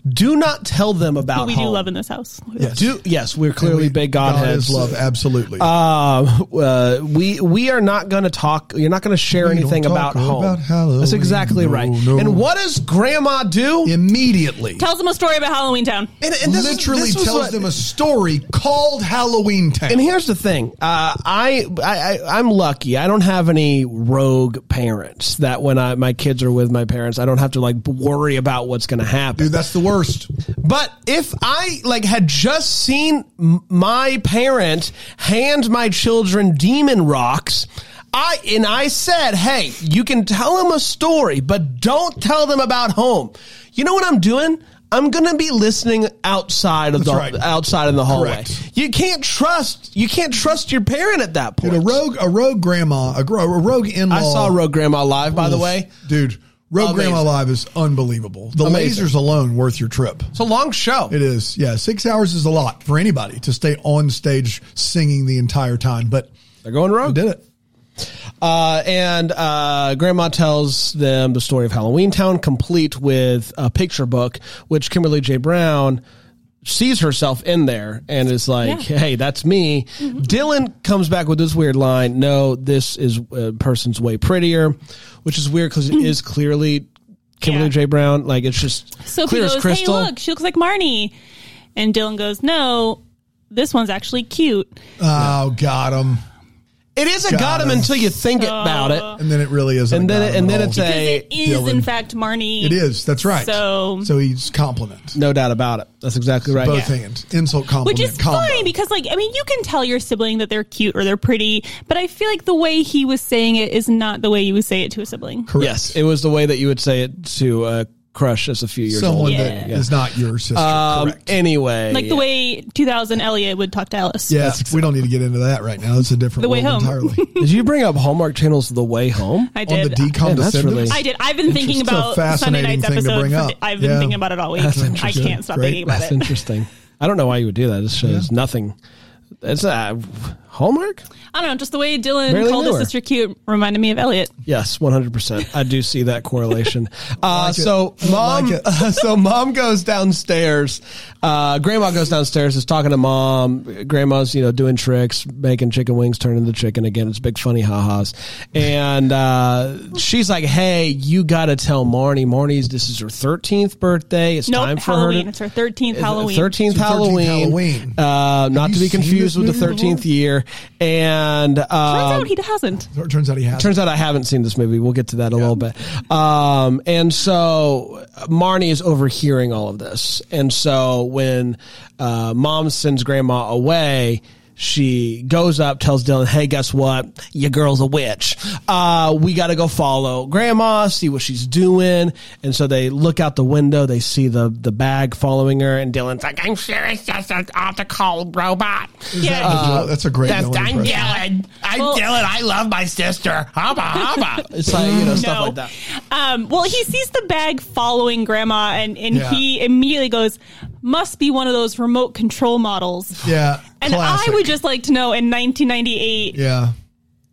Speaker 2: do not tell them about
Speaker 3: we do
Speaker 2: home.
Speaker 3: love in this house.
Speaker 2: Do yes, we're clearly
Speaker 4: We-
Speaker 2: big
Speaker 4: God is
Speaker 2: Godheads.
Speaker 4: love, absolutely.
Speaker 2: Um, uh, we we are not going to talk. You're not going to share
Speaker 4: don't
Speaker 2: anything
Speaker 4: talk
Speaker 2: about home.
Speaker 4: about Halloween.
Speaker 2: That's exactly
Speaker 4: No,
Speaker 2: right.
Speaker 4: no.
Speaker 2: And what does Grandma do?
Speaker 4: Immediately.
Speaker 3: Tells him a story about Halloween Town.
Speaker 2: and, and this is-
Speaker 4: literally
Speaker 2: this was
Speaker 4: tells
Speaker 2: what-
Speaker 4: them a story called Halloween Town.
Speaker 2: And here's the thing, uh, I, I I- I'm lucky. I don't have any rogue parents. That when I my kids are with my parents, I don't have to like worry about what's going to happen.
Speaker 4: Dude, that's the worst.
Speaker 2: But if I like had just seen m- my parent hand my children demon rocks, I and I said, "Hey, you can tell them a story, but don't tell them about home." You know what I'm doing? I'm going to be listening outside of
Speaker 4: That's
Speaker 2: the
Speaker 4: right.
Speaker 2: outside in the hallway.
Speaker 4: Correct.
Speaker 2: You can't trust you can't trust your parent at that point.
Speaker 4: Dude, a rogue, a rogue grandma, a, gro- a rogue in-law.
Speaker 2: I saw Rogue Grandma live by the way.
Speaker 4: dude. Rogue
Speaker 2: Amazing.
Speaker 4: Grandma Live is unbelievable. The
Speaker 2: Amazing.
Speaker 4: lasers alone worth your trip.
Speaker 2: It's a long show.
Speaker 4: It is, yeah. Six hours is a lot for anybody to stay on stage singing the entire time, but
Speaker 2: They're going rogue.
Speaker 4: did it.
Speaker 2: Uh, and uh, Grandma tells them the story of Halloween Town, complete with a picture book, which Kimberly J. Brown sees herself in there and is like,
Speaker 3: Yeah. Mm-hmm.
Speaker 2: "Hey, that's me." Dylan comes back with this weird line: "No, this is uh, person's way prettier," which is weird because it is clearly Kimberly
Speaker 3: Mm-hmm. Yeah.
Speaker 2: J. Brown. Like it's just
Speaker 3: Sophie
Speaker 2: clear as
Speaker 3: goes, "Hey,
Speaker 2: crystal.
Speaker 3: look, she looks like Marnie," and Dylan goes, "No, this one's actually cute."
Speaker 4: Oh, got him.
Speaker 2: It is a
Speaker 4: Got
Speaker 2: got him
Speaker 4: him.
Speaker 2: until you think about it,
Speaker 4: and then it really is.
Speaker 2: and then and then it's
Speaker 3: It
Speaker 2: a
Speaker 3: is, in
Speaker 4: Dylan.
Speaker 3: fact, Marnie.
Speaker 4: It is. That's right.
Speaker 3: So-
Speaker 4: so he's compliment.
Speaker 2: no doubt about it. That's exactly right.
Speaker 4: Both hands. Insult compliment.
Speaker 3: Which is
Speaker 4: combo.
Speaker 3: fine because, like, I mean, you can tell your sibling that they're cute or they're pretty, but I feel like the way he was saying it is not the way you would say it to a sibling.
Speaker 4: Correct.
Speaker 2: Yes, it was the way that you would say it to a crush as a few years
Speaker 4: Someone
Speaker 2: old.
Speaker 4: that is not your sister.
Speaker 2: Um,
Speaker 4: correct.
Speaker 2: anyway,
Speaker 3: Like the way 2000 Elliot would talk to Alice.
Speaker 4: Yeah, we don't need to get into that right now. It's a different
Speaker 3: The way
Speaker 4: world
Speaker 3: home.
Speaker 4: entirely.
Speaker 2: did you bring up Hallmark Channel's The Way Home?
Speaker 3: I did.
Speaker 4: On the
Speaker 2: Yeah,
Speaker 4: decom
Speaker 2: that's
Speaker 4: descendants.
Speaker 2: really-
Speaker 3: I did. I've been thinking
Speaker 4: It's a
Speaker 3: about Sunday
Speaker 4: fascinating
Speaker 3: night's
Speaker 4: thing to
Speaker 3: episode.
Speaker 4: bring
Speaker 3: for-
Speaker 4: up.
Speaker 3: I've been
Speaker 4: Yeah.
Speaker 3: thinking about it all week. I
Speaker 2: interesting.
Speaker 3: can't stop
Speaker 4: Great.
Speaker 3: thinking about
Speaker 2: That's
Speaker 3: it.
Speaker 2: interesting. I don't know why you would do that. It's, it's nothing. It's a Hallmark.
Speaker 3: I don't know. Just the way Dylan
Speaker 2: Barely
Speaker 3: called
Speaker 2: knew
Speaker 3: his
Speaker 2: her.
Speaker 3: sister cute reminded me of Elliot.
Speaker 2: Yes, one hundred percent. I do see that correlation. Uh,
Speaker 4: it.
Speaker 2: so
Speaker 4: I
Speaker 2: mom,
Speaker 4: like it.
Speaker 2: so mom goes downstairs. Uh, grandma goes downstairs. Is talking to mom. Grandma's you know doing tricks, making chicken wings, turning the chicken again. It's big funny ha-has. And uh, she's like, "Hey, you got to tell Marnie. Marnie's this is her thirteenth birthday. It's
Speaker 3: No,
Speaker 2: time for
Speaker 3: Halloween.
Speaker 2: her
Speaker 3: it's
Speaker 2: to."
Speaker 3: her 13th Halloween.
Speaker 2: 13th
Speaker 4: It's her 13th
Speaker 2: Halloween.
Speaker 4: Halloween.
Speaker 2: Uh, not
Speaker 4: you
Speaker 2: to be
Speaker 4: seen
Speaker 2: confused with
Speaker 4: this
Speaker 2: the
Speaker 4: movie
Speaker 2: 13th year. And uh,
Speaker 3: Turns out he hasn't.
Speaker 4: It turns out he has.
Speaker 2: Turns out I haven't seen this movie. We'll get to that a little bit. Um, and so Marnie is overhearing all of this. And so when uh, mom sends grandma away, she goes up, tells Dylan, hey, guess what? Your girl's a witch. Uh, we got to go follow grandma, see what she's doing. And so they look out the window, they see the, the bag following her, and Dylan's like, I'm sure it's just an optical robot.
Speaker 3: Yeah.
Speaker 4: Uh, that's a great.
Speaker 5: That's
Speaker 4: Nolan
Speaker 5: I'm
Speaker 4: impression.
Speaker 5: Dylan. I'm
Speaker 3: Well-
Speaker 5: Dylan. I love my sister. Hubba hubba.
Speaker 2: It's like, you know, stuff like that.
Speaker 3: Um, well, he sees the bag following Grandma, and, and
Speaker 4: Yeah.
Speaker 3: he immediately goes, "Must be one of those remote control models."
Speaker 4: Yeah,
Speaker 3: And
Speaker 4: classic.
Speaker 3: I would just like to know in 1998,
Speaker 4: Yeah,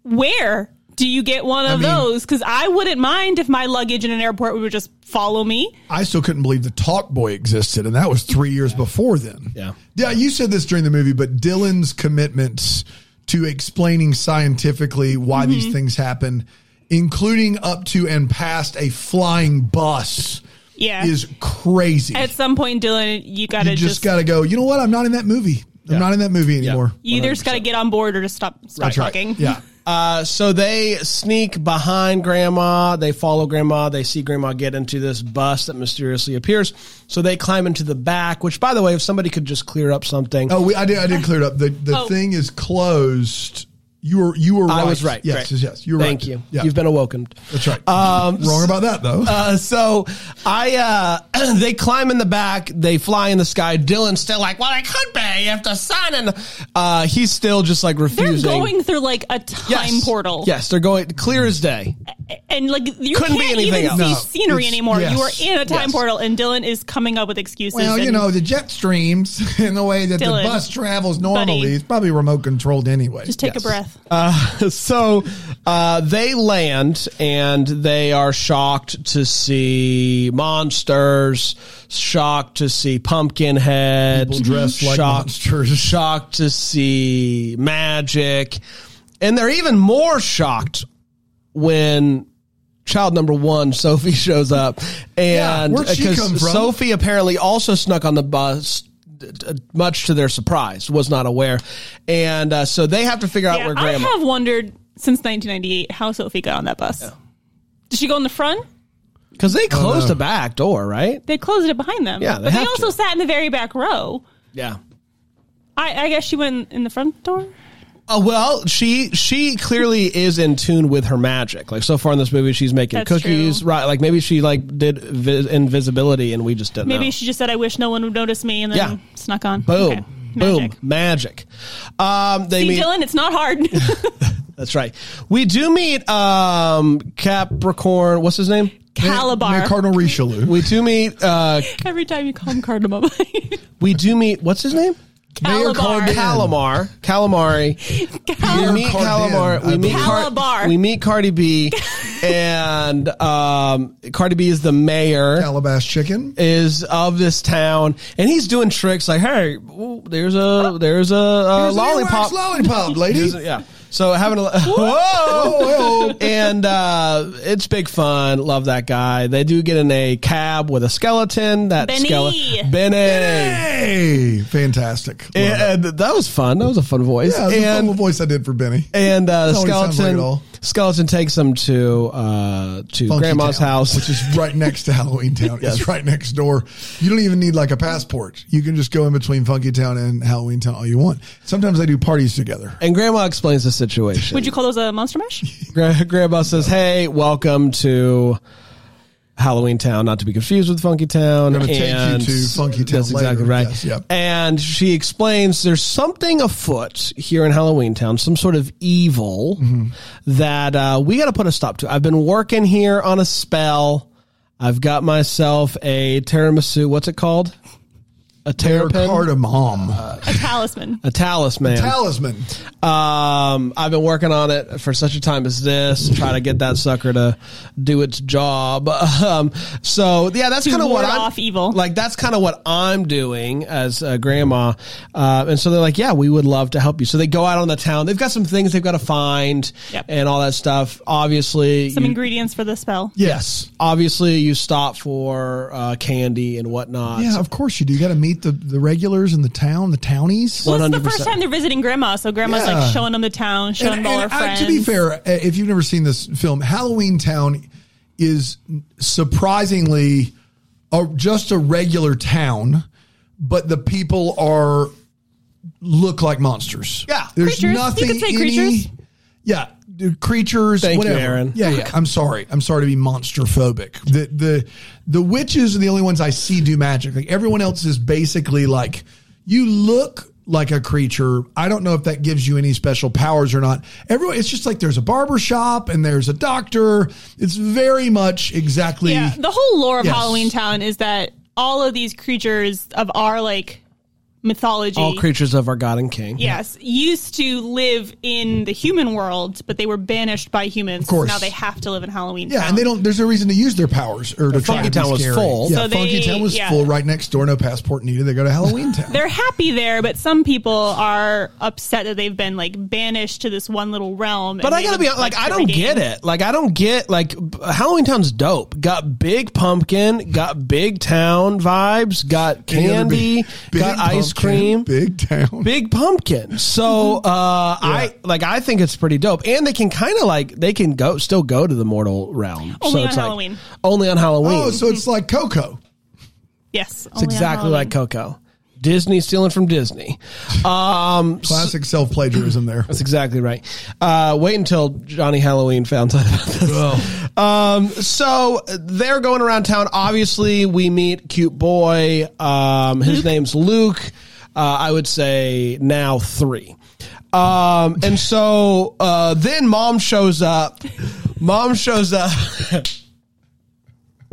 Speaker 3: where do you get one of
Speaker 4: mean-
Speaker 3: those? Because I wouldn't mind if my luggage in an airport would just follow me.
Speaker 4: I still couldn't believe the Talk Boy existed, and that was three years before then.
Speaker 2: Yeah.
Speaker 4: yeah. You said this during the movie, but Dylan's commitments to explaining scientifically why
Speaker 2: Mm-hmm.
Speaker 4: these things happen, including up to and past a flying bus,
Speaker 3: Yeah.
Speaker 4: is crazy.
Speaker 3: At some point, Dylan, you gotta
Speaker 4: you just,
Speaker 3: just,
Speaker 4: got to go. You know what? I'm not in that movie. I'm not in that movie anymore.
Speaker 3: you either just gotta get on board or just stop stop
Speaker 4: That's right.
Speaker 3: talking.
Speaker 4: Yeah.
Speaker 2: Uh, so they sneak behind grandma. They follow grandma. They see grandma get into this bus that mysteriously appears. So they climb into the back, which, by the way, if somebody could just clear up something.
Speaker 4: Oh, we, I did. I did clear it up. The the
Speaker 3: Oh.
Speaker 4: thing is closed. You were you were. Right.
Speaker 2: I was right.
Speaker 4: Yes,
Speaker 2: right.
Speaker 4: yes, yes. You were
Speaker 2: Thank
Speaker 4: right.
Speaker 2: you.
Speaker 4: Yeah.
Speaker 2: You've been awakened.
Speaker 4: That's right. Um, Wrong about that though.
Speaker 2: Uh, so I, uh, they climb in the back. They fly in the sky. Dylan's still like, well, it could be if the sun and, uh, he's still just like
Speaker 3: They're
Speaker 2: refusing.
Speaker 3: going through like a time
Speaker 2: Yes.
Speaker 3: portal.
Speaker 2: Yes, they're going clear as day.
Speaker 3: And like you
Speaker 2: Couldn't be
Speaker 3: can't
Speaker 2: anything
Speaker 3: even
Speaker 2: else.
Speaker 3: see
Speaker 2: No,
Speaker 3: scenery
Speaker 4: it's-
Speaker 3: anymore.
Speaker 4: yes,
Speaker 3: You are in a time
Speaker 2: yes.
Speaker 3: portal and Dylan is coming up with excuses.
Speaker 4: well, you
Speaker 3: and-
Speaker 4: know the jet streams and the way that
Speaker 3: Dylan,
Speaker 4: the bus travels normally.
Speaker 3: buddy.
Speaker 4: It's probably remote controlled anyway.
Speaker 3: just take a breath.
Speaker 2: Uh, so uh, they land and they are shocked to see monsters, shocked to see Pumpkinhead,
Speaker 4: People dressed like monsters.
Speaker 2: shocked to see magic, and they're even more shocked when child number one Sophie shows up, and
Speaker 4: where'd she come from?
Speaker 2: Sophie apparently also snuck on the bus. d- d- Much to their surprise, was not aware, and uh, so they have to figure out
Speaker 3: Yeah,
Speaker 2: where
Speaker 3: I
Speaker 2: Grandma.
Speaker 3: have wondered since 1998 how Sophie got on that bus. Did she go in the front?
Speaker 2: Because they closed the back door, right?
Speaker 3: They closed it behind them.
Speaker 2: Yeah, they
Speaker 3: but they
Speaker 2: have
Speaker 3: also
Speaker 2: to.
Speaker 3: sat in the very back row.
Speaker 2: Yeah.
Speaker 3: I, I guess she went in the front door.
Speaker 2: Uh, well, she she clearly is in tune with her magic. Like so far in this movie, she's making
Speaker 3: That's
Speaker 2: cookies,
Speaker 3: true.
Speaker 2: right? Like maybe she like did vi- invisibility, and we just didn't.
Speaker 3: Maybe
Speaker 2: know.
Speaker 3: she just said, "I wish no one would notice me," and then
Speaker 2: Yeah.
Speaker 3: snuck on.
Speaker 2: boom,
Speaker 3: Okay.
Speaker 2: boom,
Speaker 3: Magic.
Speaker 2: magic. Um, they
Speaker 3: See,
Speaker 2: meet.
Speaker 3: Dylan, it's not hard.
Speaker 2: That's right. We do meet um, Capricorn. What's his name?
Speaker 4: Mayor
Speaker 3: Calabar.
Speaker 4: Cardinal Richelieu.
Speaker 2: We do meet. Uh,
Speaker 3: Every time you call him cardamom,
Speaker 2: we do meet. What's his name?
Speaker 4: Mayor
Speaker 3: Calabar.
Speaker 4: Cardin.
Speaker 2: Calamar. Calamari.
Speaker 3: Cal-
Speaker 2: we meet
Speaker 4: Cardin,
Speaker 2: Calamar.
Speaker 4: I
Speaker 2: We meet,
Speaker 4: believe.
Speaker 3: Calabar.
Speaker 2: we meet Cardi B, and um, Cardi B is the mayor
Speaker 4: Calabash chicken.
Speaker 2: is of this town, and he's doing tricks like, "Hey, ooh, there's a there's a, uh
Speaker 4: Here's a
Speaker 2: lollipop."
Speaker 4: wax lollipop, lady.
Speaker 2: There's a- yeah. So having a whoa, and uh, it's big fun. Love that guy. They do get in a cab with a skeleton. That
Speaker 3: Benny.
Speaker 2: skeleton,
Speaker 4: Hey, fantastic. Love
Speaker 2: And
Speaker 4: it.
Speaker 2: that was fun. That was a fun voice.
Speaker 4: yeah, that's
Speaker 2: and
Speaker 4: the voice I did for Benny.
Speaker 2: and uh, the
Speaker 4: That's all he sounds like
Speaker 2: skeleton
Speaker 4: at all.
Speaker 2: skeleton takes them to uh, to
Speaker 4: Funky
Speaker 2: grandma's
Speaker 4: Town,
Speaker 2: house,
Speaker 4: which is right next to Halloween Town. It's right next door. You don't even need like a passport. You can just go in between Funky Town and Halloween Town all you want. Sometimes they do parties together.
Speaker 2: and grandma explains the situation.
Speaker 3: Would you call those a monster mash?
Speaker 2: Gra- grandma says, "Hey, welcome to." Halloween Town, not to be confused with Funky Town.
Speaker 4: Gonna take you to Funky Town
Speaker 2: That's exactly
Speaker 4: later,
Speaker 2: right.
Speaker 4: yes, yep.
Speaker 2: And she explains there's something afoot here in Halloween Town, some sort of evil
Speaker 4: Mm-hmm.
Speaker 2: that uh, we got to put a stop to. I've been working here on a spell. I've got myself a tiramisu. What's it called? A
Speaker 4: They're
Speaker 2: terrapin?
Speaker 4: cardamom.
Speaker 2: Uh,
Speaker 3: A talisman.
Speaker 2: a talisman.
Speaker 4: Talisman.
Speaker 2: Um, I've been working on it for such a time as this, try to get that sucker to do its job. Um, so yeah, that's
Speaker 3: To
Speaker 2: kind of what
Speaker 3: ward
Speaker 2: I'm
Speaker 3: off evil.
Speaker 2: Like that's kind of what I'm doing as a grandma. Uh, and so they're like, yeah, we would love to help you. So they go out on the town. They've got some things they've got to find
Speaker 3: Yep.
Speaker 2: and all that stuff. Obviously,
Speaker 3: Some
Speaker 2: you-
Speaker 3: ingredients for the spell.
Speaker 2: yes, obviously you stop for uh, candy and whatnot.
Speaker 4: Yeah, of course you do. You got to meet the, the regulars in the town, the townies.
Speaker 3: Well, it's the first
Speaker 2: 100%.
Speaker 3: time they're visiting grandma, so grandma's
Speaker 4: Yeah.
Speaker 3: like showing them the town, showing them all her
Speaker 4: uh,
Speaker 3: friends.
Speaker 4: to be fair, uh, if you've never seen this film, Halloween Town is surprisingly a, just a regular town, but the people are look like monsters.
Speaker 2: Yeah.
Speaker 4: there's
Speaker 3: Creatures. You
Speaker 4: nothing.
Speaker 3: could say
Speaker 4: any-
Speaker 3: creatures.
Speaker 4: Yeah, the creatures.
Speaker 2: Thank you,
Speaker 4: whatever.
Speaker 2: Aaron.
Speaker 4: Yeah, yeah. I'm sorry. I'm sorry to be monster phobic. The the the witches are the only ones I see do magic. Like everyone else is basically like you look like a creature. I don't know if that gives you any special powers or not. Everyone it's just like there's a barber shop and there's a doctor. It's very much exactly
Speaker 3: Yeah, the whole lore of
Speaker 4: Yes.
Speaker 3: Halloween Town is that all of these creatures of our like mythology,
Speaker 2: All creatures of our God and King.
Speaker 3: yes, used to live in the human world, but they were banished by humans. Of
Speaker 4: course.
Speaker 3: now they have to live in Halloween.
Speaker 4: Yeah,
Speaker 3: Town.
Speaker 4: and they don't. There's no reason to use their powers or to try
Speaker 2: Funky
Speaker 4: to be
Speaker 2: Town was
Speaker 4: scary.
Speaker 2: full.
Speaker 4: Yeah,
Speaker 3: So
Speaker 4: Funky
Speaker 3: they-
Speaker 4: Town was
Speaker 3: yeah.
Speaker 4: full. Right next door, no passport needed. They go to Halloween Town.
Speaker 3: They're happy there, but some people are upset that they've been like banished to this one little realm.
Speaker 2: But I gotta be honest, like, I don't get it. Like I don't get like b- Halloween Town's dope. Got big pumpkin, got big town vibes, got
Speaker 4: Any other
Speaker 2: candy,
Speaker 4: big- big
Speaker 2: got ice
Speaker 4: pumpkin,
Speaker 2: cream. Big.
Speaker 4: Big Mm-hmm. town.
Speaker 2: pumpkin, so uh, I like. I think it's pretty dope, and they can kind of like they can go still go to the mortal realm.
Speaker 3: Only
Speaker 2: so
Speaker 3: on
Speaker 2: it's
Speaker 3: Halloween.
Speaker 2: Like, only on Halloween.
Speaker 4: Oh, so it's like Coco.
Speaker 3: Yes,
Speaker 2: it's exactly like Coco. Disney stealing from Disney. Um,
Speaker 4: Classic self plagiarism there.
Speaker 2: That's exactly right. Uh, wait until Johnny Halloween found out about this. Um, so they're going around town. Obviously, we meet cute boy. Um, his name's Luke. Uh, I would say now three. Um, and so uh, then mom shows up. Mom shows up.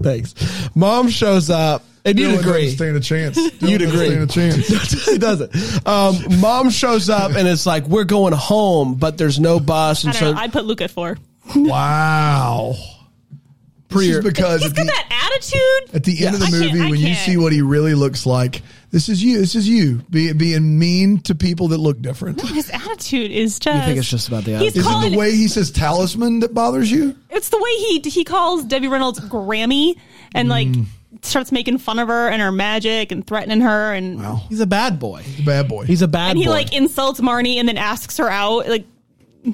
Speaker 2: Thanks. Mom shows up. And you'd
Speaker 4: Dylan doesn't
Speaker 2: agree
Speaker 4: Stand a chance.
Speaker 2: You'd
Speaker 4: doesn't
Speaker 2: agree.
Speaker 4: Stand a chance.
Speaker 2: he doesn't. Um, mom shows up and it's like, we're going home, but there's no bus.
Speaker 3: I
Speaker 2: And
Speaker 3: don't
Speaker 2: so
Speaker 3: know. I'd put Luke at four.
Speaker 4: Wow. This is because
Speaker 3: He's
Speaker 4: at
Speaker 3: got
Speaker 4: the,
Speaker 3: that attitude.
Speaker 4: at the end of
Speaker 3: I
Speaker 4: the
Speaker 3: can't-
Speaker 4: movie,
Speaker 3: I
Speaker 4: when you
Speaker 3: can't.
Speaker 4: see what he really looks like, this is you. This is you be, being mean to people that look different. Is
Speaker 3: His attitude is just.
Speaker 2: it's just about the
Speaker 3: He's
Speaker 2: attitude?
Speaker 4: it
Speaker 3: calling,
Speaker 4: the way he says talisman that bothers you?
Speaker 3: It's the way he he calls Debbie Reynolds Grammy and like
Speaker 2: Mm.
Speaker 3: starts making fun of her and her magic and threatening her and
Speaker 2: he's a bad boy.
Speaker 4: Bad boy.
Speaker 2: He's a bad
Speaker 3: and he
Speaker 2: boy.
Speaker 3: like insults Marnie and then asks her out like.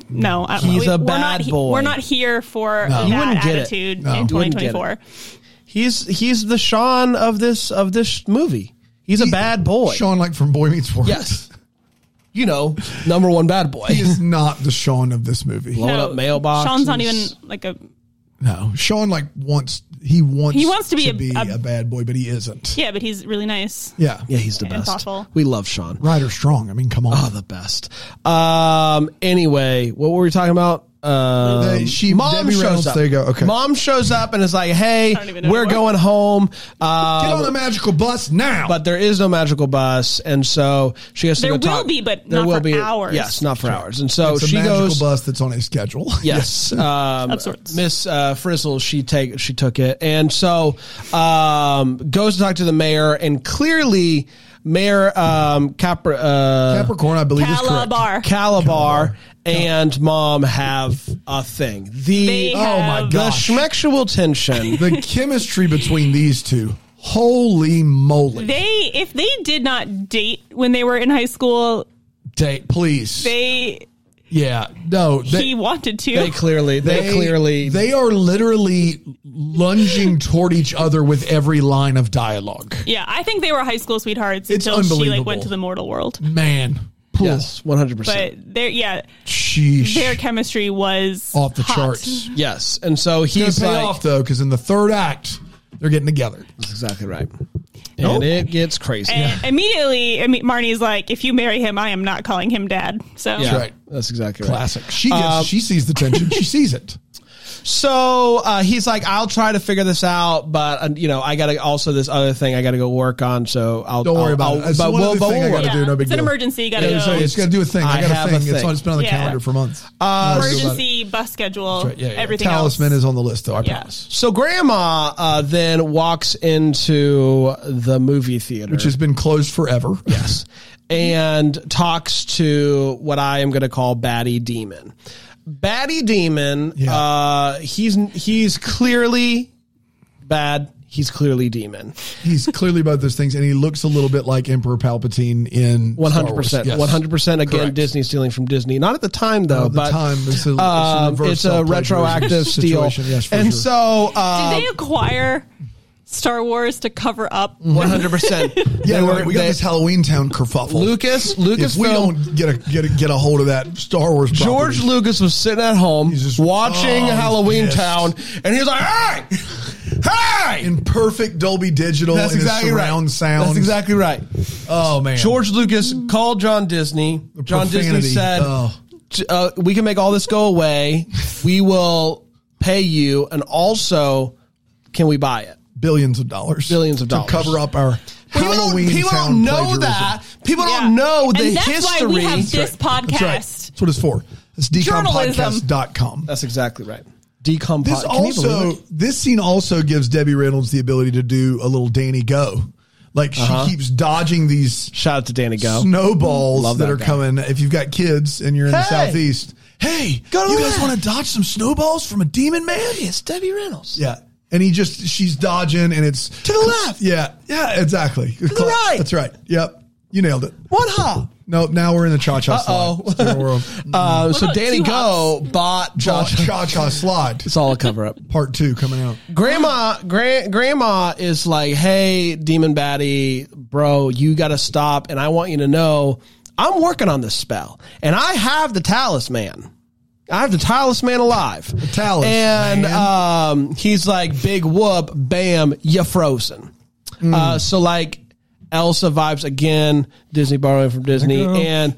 Speaker 3: No, I don't
Speaker 2: He's
Speaker 3: know.
Speaker 2: a
Speaker 3: we're
Speaker 2: bad
Speaker 3: not, he-
Speaker 2: boy.
Speaker 3: We're not here for that
Speaker 2: You wouldn't get it.
Speaker 3: attitude
Speaker 2: No.
Speaker 3: in
Speaker 2: You wouldn't get it.
Speaker 3: 2024.
Speaker 2: he's he's the Sean of this of this movie. He's a bad boy.
Speaker 4: Sean, like from Boy Meets World.
Speaker 2: Yes. You know, number one bad boy.
Speaker 4: He is not the Sean of this movie.
Speaker 2: Blowing up mailboxes.
Speaker 3: Sean's not even like a
Speaker 4: No. Sean, like, wants, he wants,
Speaker 3: He wants to be a- a-
Speaker 4: a bad boy, but he isn't.
Speaker 3: yeah, but he's really nice.
Speaker 4: Yeah.
Speaker 2: yeah, he's the
Speaker 3: And
Speaker 2: best.
Speaker 3: thoughtful.
Speaker 2: We love Sean.
Speaker 4: Ryder Strong. I mean, come on.
Speaker 2: Oh, the best. Um. Anyway, what were we talking about? Um,
Speaker 4: They- she-
Speaker 2: mom
Speaker 4: Debbie
Speaker 2: shows
Speaker 4: Reynolds,
Speaker 2: up.
Speaker 4: there you go. Okay.
Speaker 2: Mom shows up and is like, "Hey,
Speaker 3: don't even know
Speaker 2: we're
Speaker 3: what-
Speaker 2: going home." Uh,
Speaker 4: Get on the magical bus now.
Speaker 2: but there is no magical bus, and so she has to
Speaker 3: There
Speaker 2: go
Speaker 3: will
Speaker 2: talk.
Speaker 3: be, but not for hours.
Speaker 2: Yes, not for hours. And so
Speaker 4: it's a
Speaker 2: she
Speaker 4: magical
Speaker 2: goes.
Speaker 4: bus that's on a schedule.
Speaker 2: Yes, um,
Speaker 3: Of sorts.
Speaker 2: Miss uh, Frizzle, she take she took it, and so um, goes to talk to the mayor, and clearly Mayor um, Capra, uh,
Speaker 4: Capricorn, I believe, is correct.
Speaker 3: Calabar.
Speaker 2: Calabar and mom have a thing. The
Speaker 3: They
Speaker 4: Oh my
Speaker 3: have-
Speaker 2: the
Speaker 4: gosh.
Speaker 2: schmexual tension.
Speaker 4: the chemistry between these two. Holy moly.
Speaker 3: They, if they did not date when they were in high school,
Speaker 4: Date, please.
Speaker 3: they
Speaker 4: yeah. No. They,
Speaker 3: he wanted to.
Speaker 2: they clearly, they, clearly,
Speaker 4: They are literally lunging toward each other with every line of dialogue.
Speaker 3: yeah, I think they were high school sweethearts
Speaker 4: It's
Speaker 3: until she like
Speaker 4: unbelievable. Mm.
Speaker 3: went to the mortal world.
Speaker 4: Man.
Speaker 2: yes, one hundred percent.
Speaker 3: But their yeah,
Speaker 4: Sheesh.
Speaker 3: their chemistry was
Speaker 4: off the
Speaker 3: hot.
Speaker 4: charts.
Speaker 2: Yes, and so
Speaker 4: Gonna
Speaker 2: he's
Speaker 4: pay
Speaker 2: like,
Speaker 4: off though, because in the third act, they're getting together.
Speaker 2: that's exactly right,
Speaker 4: Nope.
Speaker 2: and it gets crazy.
Speaker 3: And immediately, I mean, Marnie's like, "If you marry him, I am not calling him dad." So
Speaker 2: Yeah,
Speaker 4: right.
Speaker 2: That's exactly right.
Speaker 4: Classic. She gets, she sees the tension. She sees it.
Speaker 2: So uh, he's like, I'll try to figure this out, but uh, you know, I gotta also this other thing I gotta go work on. So I'll
Speaker 4: Don't worry
Speaker 2: I'll-
Speaker 4: about it.
Speaker 2: I'll-
Speaker 4: It's
Speaker 2: But
Speaker 4: one
Speaker 2: we'll,
Speaker 4: other
Speaker 2: but
Speaker 4: thing I
Speaker 2: we'll
Speaker 4: gotta
Speaker 2: work.
Speaker 4: do, no big
Speaker 3: it's an
Speaker 4: deal.
Speaker 3: emergency. You gotta
Speaker 2: Yeah,
Speaker 3: go.
Speaker 2: so
Speaker 4: It's got to do a thing. I,
Speaker 2: I
Speaker 4: got
Speaker 2: have
Speaker 4: a
Speaker 2: a
Speaker 4: thing. It's
Speaker 2: thing.
Speaker 4: on, it's been on the
Speaker 3: Yeah.
Speaker 4: calendar for months. Uh,
Speaker 3: emergency bus schedule.
Speaker 4: Yeah, yeah.
Speaker 3: Everything
Speaker 4: Talisman
Speaker 3: else.
Speaker 4: is on the list though. I
Speaker 3: Yeah.
Speaker 4: promise.
Speaker 2: So grandma uh, then walks into the movie theater,
Speaker 4: Which has been closed forever.
Speaker 2: yes, and talks to what I am going to call Batty Demon. Batty Demon,
Speaker 4: Yeah.
Speaker 2: uh, he's he's clearly bad. He's clearly demon.
Speaker 4: He's clearly both those things, and he looks a little bit like Emperor Palpatine in
Speaker 2: One hundred percent. One hundred percent. Again,
Speaker 4: Correct.
Speaker 2: Disney stealing from Disney. Not at the time though,
Speaker 4: at the
Speaker 2: but
Speaker 4: time, it's a- it's a
Speaker 2: um,
Speaker 4: reverse
Speaker 2: it's a
Speaker 4: self-plagiarism
Speaker 2: retroactive steal.
Speaker 4: situation, yes, for
Speaker 2: and
Speaker 4: sure.
Speaker 2: so, uh,
Speaker 3: Did they acquire Star Wars to cover up?
Speaker 4: Mm-hmm.
Speaker 2: one hundred percent.
Speaker 4: Yeah, we- we got this Halloween Town kerfuffle.
Speaker 2: Lucas.
Speaker 4: if
Speaker 2: Lucas.
Speaker 4: we don't get a get a, get a hold of that Star Wars,
Speaker 2: George
Speaker 4: property,
Speaker 2: Lucas was sitting at home
Speaker 4: He's just-
Speaker 2: watching
Speaker 4: oh, he's
Speaker 2: Halloween
Speaker 4: pissed.
Speaker 2: Town, and he was like, "Hey, hey!"
Speaker 4: in perfect Dolby Digital,
Speaker 2: That's
Speaker 4: in a
Speaker 2: exactly
Speaker 4: surround
Speaker 2: right.
Speaker 4: sound.
Speaker 2: That's exactly right.
Speaker 4: Oh man,
Speaker 2: George Lucas called John Disney. John
Speaker 4: profanity.
Speaker 2: Disney said,
Speaker 4: Oh.
Speaker 2: "J- uh, "We can make all this go away. we will pay you, and also, can we buy it?"
Speaker 4: billions of dollars,
Speaker 2: Billions of
Speaker 4: to
Speaker 2: dollars.
Speaker 4: cover up our
Speaker 2: People don't,
Speaker 4: Halloween
Speaker 2: people
Speaker 4: Town
Speaker 2: don't know
Speaker 4: plagiarism.
Speaker 2: that. People don't
Speaker 3: Yeah.
Speaker 2: know the
Speaker 3: and that's
Speaker 2: history.
Speaker 3: why we have this
Speaker 4: That's
Speaker 3: podcast.
Speaker 4: right. That's what it's for. It's decompodcast.com.
Speaker 2: That's exactly right. Decom
Speaker 4: This
Speaker 2: Uh, pod. Can you believe
Speaker 4: also,
Speaker 2: it?
Speaker 4: this scene also gives Debbie Reynolds the ability to do a little Danny go. Like she
Speaker 2: Uh-huh.
Speaker 4: keeps dodging these
Speaker 2: Shout out to Danny Go.
Speaker 4: snowballs
Speaker 2: Love
Speaker 4: that,
Speaker 2: that
Speaker 4: are
Speaker 2: guy.
Speaker 4: coming. If you've got kids and you're in the
Speaker 2: Hey!
Speaker 4: southeast, hey,
Speaker 2: Go to
Speaker 4: you guys
Speaker 2: that.
Speaker 4: want to dodge some snowballs from a demon man?
Speaker 2: It's Debbie Reynolds.
Speaker 4: Yeah. And he just she's dodging and it's
Speaker 2: To the left.
Speaker 4: Yeah, yeah, exactly. To
Speaker 2: the right.
Speaker 4: That's right. Yep, you nailed it.
Speaker 2: One hop.
Speaker 4: No, now we're in the cha cha slide.
Speaker 2: Uh-oh.
Speaker 4: It's different world.
Speaker 2: Uh, so
Speaker 3: about
Speaker 2: Danny
Speaker 3: two
Speaker 2: Go bought
Speaker 4: Cha
Speaker 2: John.
Speaker 4: cha slide.
Speaker 2: It's all a cover up.
Speaker 4: Part two coming out.
Speaker 2: Grandma, gra- grandma is like, "Hey, demon baddie, bro, you got to stop." And I want you to know, I'm working on this spell, and I have the talisman. I have the talisman alive. The
Speaker 4: talisman.
Speaker 2: and um, he's like, "Big whoop, bam, you frozen."
Speaker 4: Hmm.
Speaker 2: Uh, so like, Elsa vibes again. Disney borrowing from Disney,
Speaker 4: There you go.
Speaker 2: and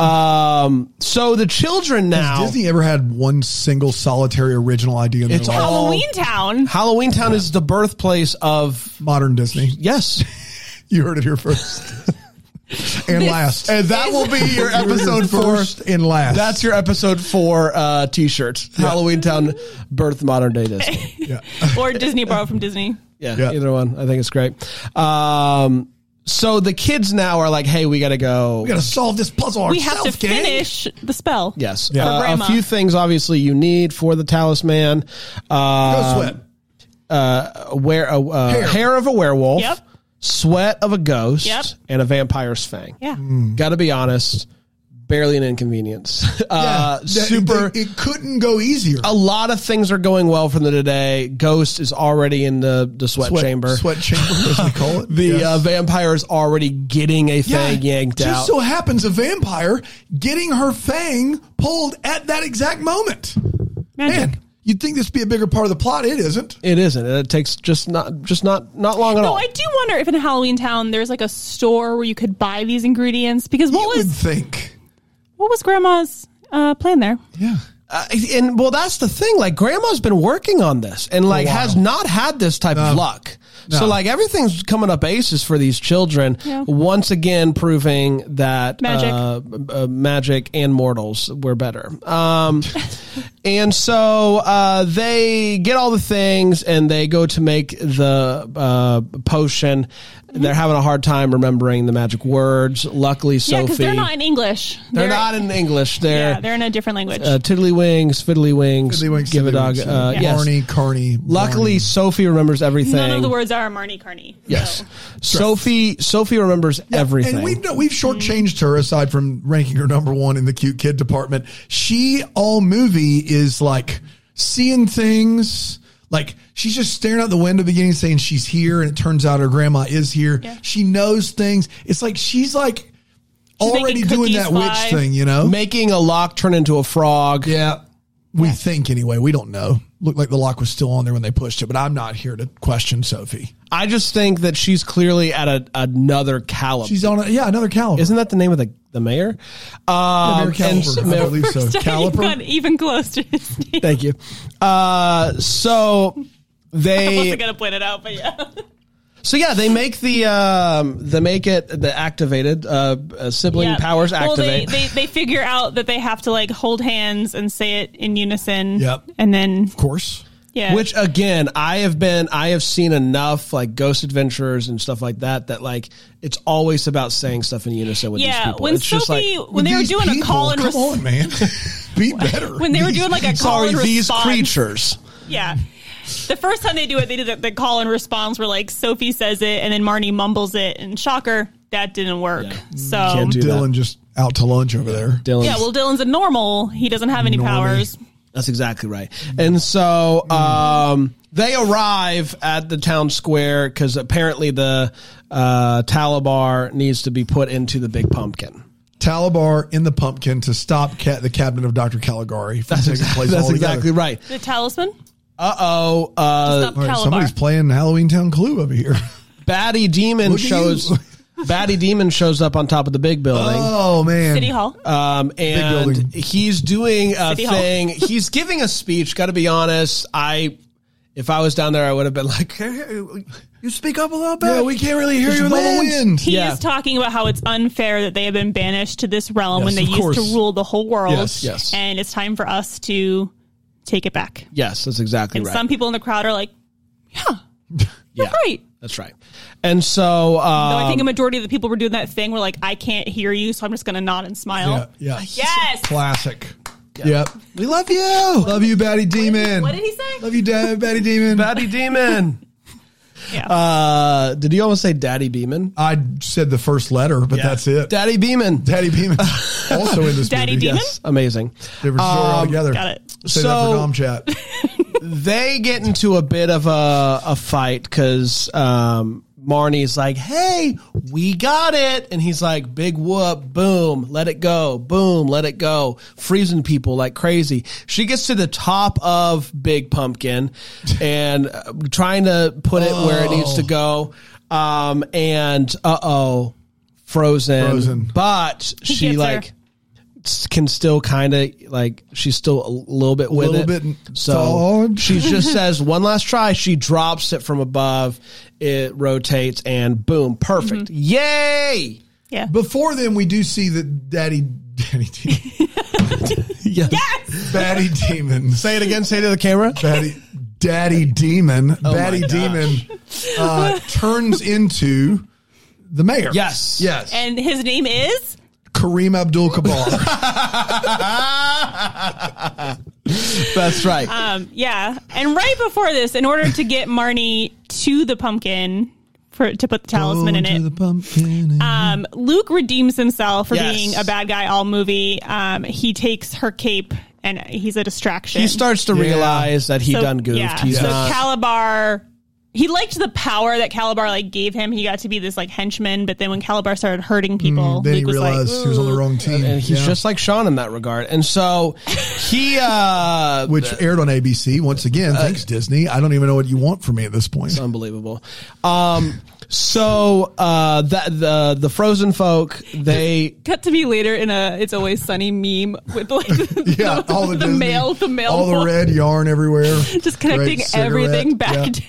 Speaker 2: um, so the children now.
Speaker 4: Has Disney ever had one single solitary original idea in
Speaker 2: It's
Speaker 4: their life?
Speaker 2: all-
Speaker 3: Halloween Town.
Speaker 2: Halloween Town is the birthplace of
Speaker 4: modern Disney.
Speaker 2: yes.
Speaker 4: You heard it here first. and
Speaker 3: This-
Speaker 4: last.
Speaker 2: And that will be your episode for.
Speaker 4: first and last.
Speaker 2: That's your episode for uh, t-shirts. Halloween Town, birth modern day Disney.
Speaker 4: yeah.
Speaker 3: or Disney borrowed from Disney.
Speaker 2: Yeah,
Speaker 4: Yeah.
Speaker 2: either one. I think it's great. Um, so the kids now are like, "Hey, we gotta go."
Speaker 4: We gotta solve this puzzle
Speaker 3: We
Speaker 4: ourselves.
Speaker 3: have to
Speaker 4: gang.
Speaker 3: finish the spell.
Speaker 2: yes,
Speaker 4: Yeah. For
Speaker 2: Uh, a
Speaker 3: grandma.
Speaker 2: few things obviously you need for the talisman.
Speaker 4: Go
Speaker 2: Uh,
Speaker 4: sweat.
Speaker 2: uh, wear a uh,
Speaker 4: Hair.
Speaker 2: hair. of a werewolf,
Speaker 3: Yep.
Speaker 2: sweat of a ghost,
Speaker 3: Yep.
Speaker 2: and a vampire's fang.
Speaker 3: Yeah.
Speaker 4: Mm-hmm.
Speaker 2: Got to be honest, barely an inconvenience. Uh,
Speaker 4: Yeah. That-
Speaker 2: super.
Speaker 4: that- it couldn't go easier.
Speaker 2: a lot of things are going well for them today. Ghost is already in the, the sweat, chamber.
Speaker 4: Sweat chamber, as we call it.
Speaker 2: The
Speaker 4: Yes.
Speaker 2: uh, vampire is already getting a thing yanked
Speaker 4: just
Speaker 2: out.
Speaker 4: so happens a vampire getting her fang pulled at that exact moment.
Speaker 3: Magic.
Speaker 4: Man, you'd think this would be a bigger part of the plot. It isn't.
Speaker 2: it isn't. It takes just not just not not long at
Speaker 3: Oh,
Speaker 2: all.
Speaker 3: I do wonder if in Halloween Town there's like a store where you could buy these ingredients because
Speaker 4: you
Speaker 3: what
Speaker 4: would
Speaker 3: was
Speaker 4: think.
Speaker 3: what was Grandma's uh, plan there?
Speaker 4: Yeah.
Speaker 2: Uh, and well, that's the thing. Like grandma's been working on this and like
Speaker 4: while.
Speaker 2: has not had this type of
Speaker 4: No.
Speaker 2: luck.
Speaker 4: No.
Speaker 2: So like everything's coming up aces for these children.
Speaker 3: Yeah.
Speaker 2: Once again, proving that
Speaker 3: Magic.
Speaker 2: uh, uh, magic and mortals were better. Um, and so uh, they get all the things and they go to make the uh, potion.
Speaker 3: Mm-hmm.
Speaker 2: They're having a hard time remembering the magic words. Luckily,
Speaker 3: Yeah,
Speaker 2: Sophie.
Speaker 3: because they're not in English.
Speaker 2: they're not in English. They're,
Speaker 3: Yeah, they're in a different language.
Speaker 2: uh, tiddly wings, fiddly wings,
Speaker 4: Fiddly wings,
Speaker 2: give a
Speaker 4: fiddly
Speaker 2: dog.
Speaker 4: wings.
Speaker 2: Uh, yes.
Speaker 4: Barney, Carney.
Speaker 2: Luckily,
Speaker 4: Barney.
Speaker 2: Sophie remembers everything.
Speaker 3: None of the words are Marnie Carney.
Speaker 2: Yes.
Speaker 3: So.
Speaker 2: Sophie. Sophie remembers everything.
Speaker 4: And we've no- we've shortchanged her aside from ranking her number one in the cute kid department. She all movie is like seeing things. Like she's just staring out the window beginning saying she's here, and it turns out her grandma is here.
Speaker 3: Yeah.
Speaker 4: She knows things. It's like she's like already
Speaker 3: making
Speaker 4: doing
Speaker 3: cookies
Speaker 4: that witch
Speaker 3: live.
Speaker 4: thing, you know?
Speaker 2: Making a lock turn into a frog.
Speaker 4: Yeah. We think anyway. We don't know. Looked like the lock was still on there when they pushed it, but I'm not here to question Sophie.
Speaker 2: I just think that she's clearly at a, another caliber.
Speaker 4: She's on a, yeah, another caliber.
Speaker 2: Isn't that the name of the the mayor? Um,
Speaker 4: Another caliber.
Speaker 2: and-
Speaker 4: I believe so.
Speaker 3: First time you
Speaker 4: Caliper?
Speaker 3: got even close to his name.
Speaker 2: Thank you. Uh, so
Speaker 3: I wasn't
Speaker 2: they
Speaker 3: gonna point it out, but yeah.
Speaker 2: so yeah they make the um, they make it the activated uh, uh, sibling
Speaker 3: Yeah.
Speaker 2: powers
Speaker 3: Well, they,
Speaker 2: activate.
Speaker 3: they they figure out that they have to like hold hands and say it in unison.
Speaker 4: Yep.
Speaker 3: And then
Speaker 4: of course.
Speaker 3: yeah,
Speaker 2: Which uh, again, I have been, I have seen enough like Ghost Adventures and stuff like that. That like it's always about saying stuff in unison with these
Speaker 3: yeah.
Speaker 2: people.
Speaker 3: When
Speaker 2: it's just
Speaker 3: Sophie,
Speaker 2: like
Speaker 3: when they were
Speaker 4: These
Speaker 3: doing a
Speaker 4: people,
Speaker 3: call and
Speaker 4: come
Speaker 3: response,
Speaker 4: on, man, be better.
Speaker 3: when they were doing like a call
Speaker 2: sorry,
Speaker 3: and
Speaker 2: these
Speaker 3: response,
Speaker 2: creatures.
Speaker 3: Yeah. The first time they do it, they do the, the call and response where like Sophie says it and then Marnie mumbles it and shocker, that didn't work. So
Speaker 4: Mm,
Speaker 2: Can't do
Speaker 4: Dylan
Speaker 2: that.
Speaker 4: just out to lunch over there.
Speaker 2: Dylan.
Speaker 3: yeah, well Dylan's a normal. He doesn't have any
Speaker 4: Normie.
Speaker 3: powers.
Speaker 2: That's exactly right. And so um, they arrive at the town square because apparently the uh, Talabar needs to be put into the big pumpkin.
Speaker 4: Talabar in the pumpkin to stop ca- the cabinet of Dr. Caligari from
Speaker 2: That's,
Speaker 4: taking place.
Speaker 2: that's
Speaker 4: altogether.
Speaker 2: exactly right.
Speaker 3: The talisman?
Speaker 2: Uh-oh, uh
Speaker 3: Stop
Speaker 4: All right,
Speaker 3: Calabar.
Speaker 4: somebody's playing Halloween Town Clue over here.
Speaker 2: Batty Demon
Speaker 4: Look at
Speaker 2: shows.
Speaker 4: you.
Speaker 2: Batty Demon shows up on top of the big building.
Speaker 4: oh man,
Speaker 3: City Hall.
Speaker 2: Um,
Speaker 4: building.
Speaker 2: and he's doing a
Speaker 3: City Hall.
Speaker 2: thing. he's giving a speech. Got to be honest, I if I was down there, I would have been like, "You speak up a little bit."
Speaker 4: Yeah, we can't really hear
Speaker 2: There's
Speaker 4: you in the
Speaker 2: wind."
Speaker 4: wind.
Speaker 3: he
Speaker 2: yeah.
Speaker 3: is talking about how it's unfair that they have been banished to this realm when
Speaker 4: Yes,
Speaker 3: they
Speaker 4: of
Speaker 3: used to
Speaker 4: course.
Speaker 3: rule the whole world.
Speaker 4: Yes,
Speaker 2: yes.
Speaker 3: And it's time for us to take it back.
Speaker 2: Yes, that's exactly
Speaker 3: And
Speaker 2: right.
Speaker 3: some people in the crowd are like,
Speaker 2: yeah,
Speaker 3: right.
Speaker 2: That's right. And so,
Speaker 3: No,
Speaker 2: uh,
Speaker 3: I think a majority of the people were doing that thing where like I can't hear you, so I'm just gonna nod and
Speaker 4: Yeah,
Speaker 3: smile.
Speaker 4: yeah.
Speaker 3: Uh, Yes.
Speaker 4: classic. Yep,
Speaker 2: we love you,
Speaker 4: love you, Batty Demon.
Speaker 3: What did he say?
Speaker 4: Love you, Dad, Batty Demon.
Speaker 2: Batty Demon.
Speaker 3: Yeah.
Speaker 2: Uh, did you almost say Daddy Beeman?
Speaker 4: I said the first letter, but that's it.
Speaker 2: Daddy Beeman.
Speaker 4: Daddy Beeman also in this
Speaker 3: Daddy
Speaker 4: movie.
Speaker 3: Demon?
Speaker 2: Yes, amazing.
Speaker 4: Different story altogether.
Speaker 3: Got it.
Speaker 4: Say that
Speaker 2: So-
Speaker 4: for Dom chat.
Speaker 2: they get into a bit of a, a fight because um, Marnie's like, hey, we got it. And he's like, big whoop, boom, let it go, boom, let it go, freezing people like crazy. She gets to the top of Big Pumpkin and uh, trying to put it where it needs to go. Um, and uh oh, frozen.
Speaker 4: Frozen.
Speaker 2: But she,
Speaker 3: gets her.
Speaker 2: like, s- can still kind of like she's still a little bit with
Speaker 4: Little
Speaker 2: it.
Speaker 4: bit
Speaker 2: so
Speaker 4: thawed.
Speaker 2: she just says one last try. She drops it from above. It rotates and boom, perfect.
Speaker 3: Mm-hmm.
Speaker 2: Yay!
Speaker 3: Yeah.
Speaker 4: Before then, we do see that Daddy Daddy Demon,
Speaker 2: Yes.
Speaker 4: Batty Demon,
Speaker 2: Say it again. Say it to the camera.
Speaker 4: Batty Daddy Demon,
Speaker 3: Oh
Speaker 4: Batty
Speaker 2: gosh.
Speaker 4: Demon uh, turns into the mayor.
Speaker 2: Yes.
Speaker 4: yes.
Speaker 3: And his name is
Speaker 4: Kareem Abdul-Jabbar.
Speaker 2: That's right.
Speaker 3: um yeah. And right before this, in order to get Marnie to the pumpkin for to put the talisman in
Speaker 4: Into
Speaker 3: it.
Speaker 4: the pumpkin and-
Speaker 3: Um, Luke redeems himself for
Speaker 2: Yes.
Speaker 3: being a bad guy all movie. Um, he takes her cape and he's a distraction.
Speaker 2: he starts to
Speaker 4: Yeah.
Speaker 2: realize that he
Speaker 3: So-
Speaker 2: done goofed.
Speaker 3: Yeah.
Speaker 2: He's
Speaker 3: so
Speaker 2: not.
Speaker 3: Calabar, he liked the power that Calabar like gave him. He got to be this like henchman, but then when Calabar started hurting people,
Speaker 4: Mm, then
Speaker 3: Luke
Speaker 4: he
Speaker 3: was like,
Speaker 4: realized he was on the
Speaker 3: "Ooh."
Speaker 4: wrong team.
Speaker 2: and he's
Speaker 4: Yeah.
Speaker 2: just like Sean in that regard. And so he uh
Speaker 4: which aired on ABC once again. Thanks, Disney. I don't even know what you want from me at this point.
Speaker 2: unbelievable. Um so uh that the the frozen folk they
Speaker 3: Cut to me later in a "It's Always Sunny" meme with like the,
Speaker 4: Yeah, all the,
Speaker 3: the
Speaker 4: Disney-
Speaker 3: male, the male,
Speaker 4: all the
Speaker 3: voice.
Speaker 4: red yarn everywhere,
Speaker 3: just connecting
Speaker 4: Great cigarette.
Speaker 3: everything back
Speaker 4: Yeah.
Speaker 3: to,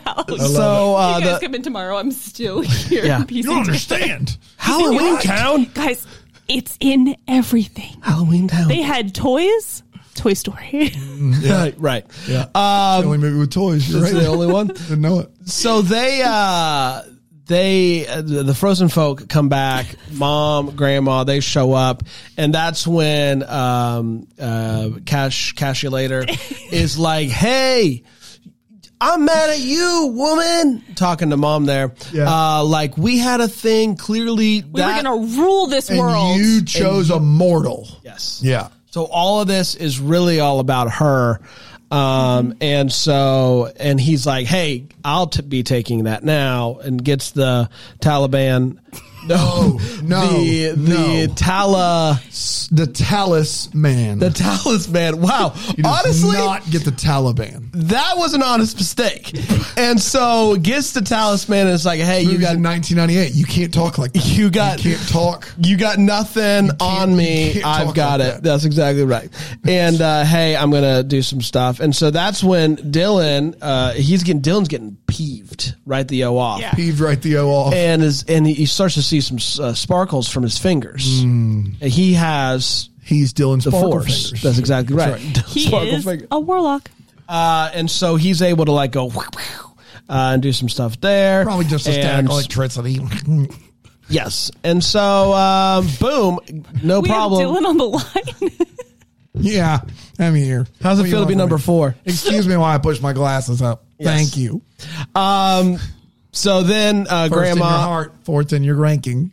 Speaker 3: to Alex.
Speaker 4: love Oh,
Speaker 2: so uh
Speaker 3: you guys
Speaker 2: the
Speaker 3: come in tomorrow. I'm still here.
Speaker 2: Yeah.
Speaker 3: Piece
Speaker 4: You
Speaker 3: of-
Speaker 4: don't understand.
Speaker 2: Halloween
Speaker 3: What?
Speaker 2: Town.
Speaker 3: guys. It's in everything.
Speaker 2: Halloween Town.
Speaker 3: They had toys, Toy Story.
Speaker 2: Right, right.
Speaker 4: Yeah. Um, it's the only movie with toys. You're
Speaker 2: That's
Speaker 4: right.
Speaker 2: the only one.
Speaker 4: Didn't know it.
Speaker 2: So they uh they uh, the the frozen folk come back mom grandma they show up and that's when um uh cash cashulator is like hey I'm mad at you, woman. Talking to mom there.
Speaker 4: Yeah.
Speaker 2: Uh, like we had a thing. Clearly,
Speaker 3: We were going to rule this
Speaker 4: And
Speaker 3: world.
Speaker 4: you chose a mortal.
Speaker 2: yes.
Speaker 4: Yeah.
Speaker 2: So all of this is really all about her. Um, and so, and he's like, Hey, I'll t- be taking that now and gets the Taliban. No,
Speaker 4: Oh, no,
Speaker 2: Oh, the, the
Speaker 4: no.
Speaker 2: Tala,
Speaker 4: The Talus man.
Speaker 2: the talisman. Wow.
Speaker 4: He does
Speaker 2: Honestly,
Speaker 4: not get the Taliban.
Speaker 2: that was an honest mistake. and so gets the talisman and it's like, Hey, you
Speaker 4: You
Speaker 2: got,
Speaker 4: got in 1998. You can't talk like that.
Speaker 2: You got-
Speaker 4: You can't talk.
Speaker 2: you got nothing on
Speaker 4: you
Speaker 2: me.
Speaker 4: can't
Speaker 2: I've
Speaker 4: talk
Speaker 2: got
Speaker 4: like
Speaker 2: it.
Speaker 4: that.
Speaker 2: That's exactly right. And uh, hey, I'm gonna do some stuff. And so that's when Dylan, uh, he's getting Dylan's getting peeved right the o off,
Speaker 3: Yeah.
Speaker 4: Peeved right the O off.
Speaker 2: and is and he starts to see some uh, sparkles from his fingers. And he has
Speaker 4: He's Dylan's
Speaker 2: the
Speaker 4: Mm. sparkle
Speaker 2: force.
Speaker 4: fingers.
Speaker 2: That's exactly right.
Speaker 3: he is
Speaker 2: finger.
Speaker 3: a warlock.
Speaker 2: Uh, and so he's able to like go. Uh, and do some stuff there.
Speaker 4: Probably just a static
Speaker 2: And-
Speaker 4: electricity.
Speaker 2: Yes. And so, um, boom, no
Speaker 3: we
Speaker 2: problem.
Speaker 3: have Dylan on the line.
Speaker 4: yeah, I'm here.
Speaker 2: How's it
Speaker 4: What do you
Speaker 2: feel to
Speaker 4: want
Speaker 2: be
Speaker 4: from
Speaker 2: number
Speaker 4: me?
Speaker 2: four?
Speaker 4: Excuse me while I push my glasses up. Thank you.
Speaker 2: Um, so then uh,
Speaker 4: First in your
Speaker 2: grandma.
Speaker 4: heart, fourth in your ranking.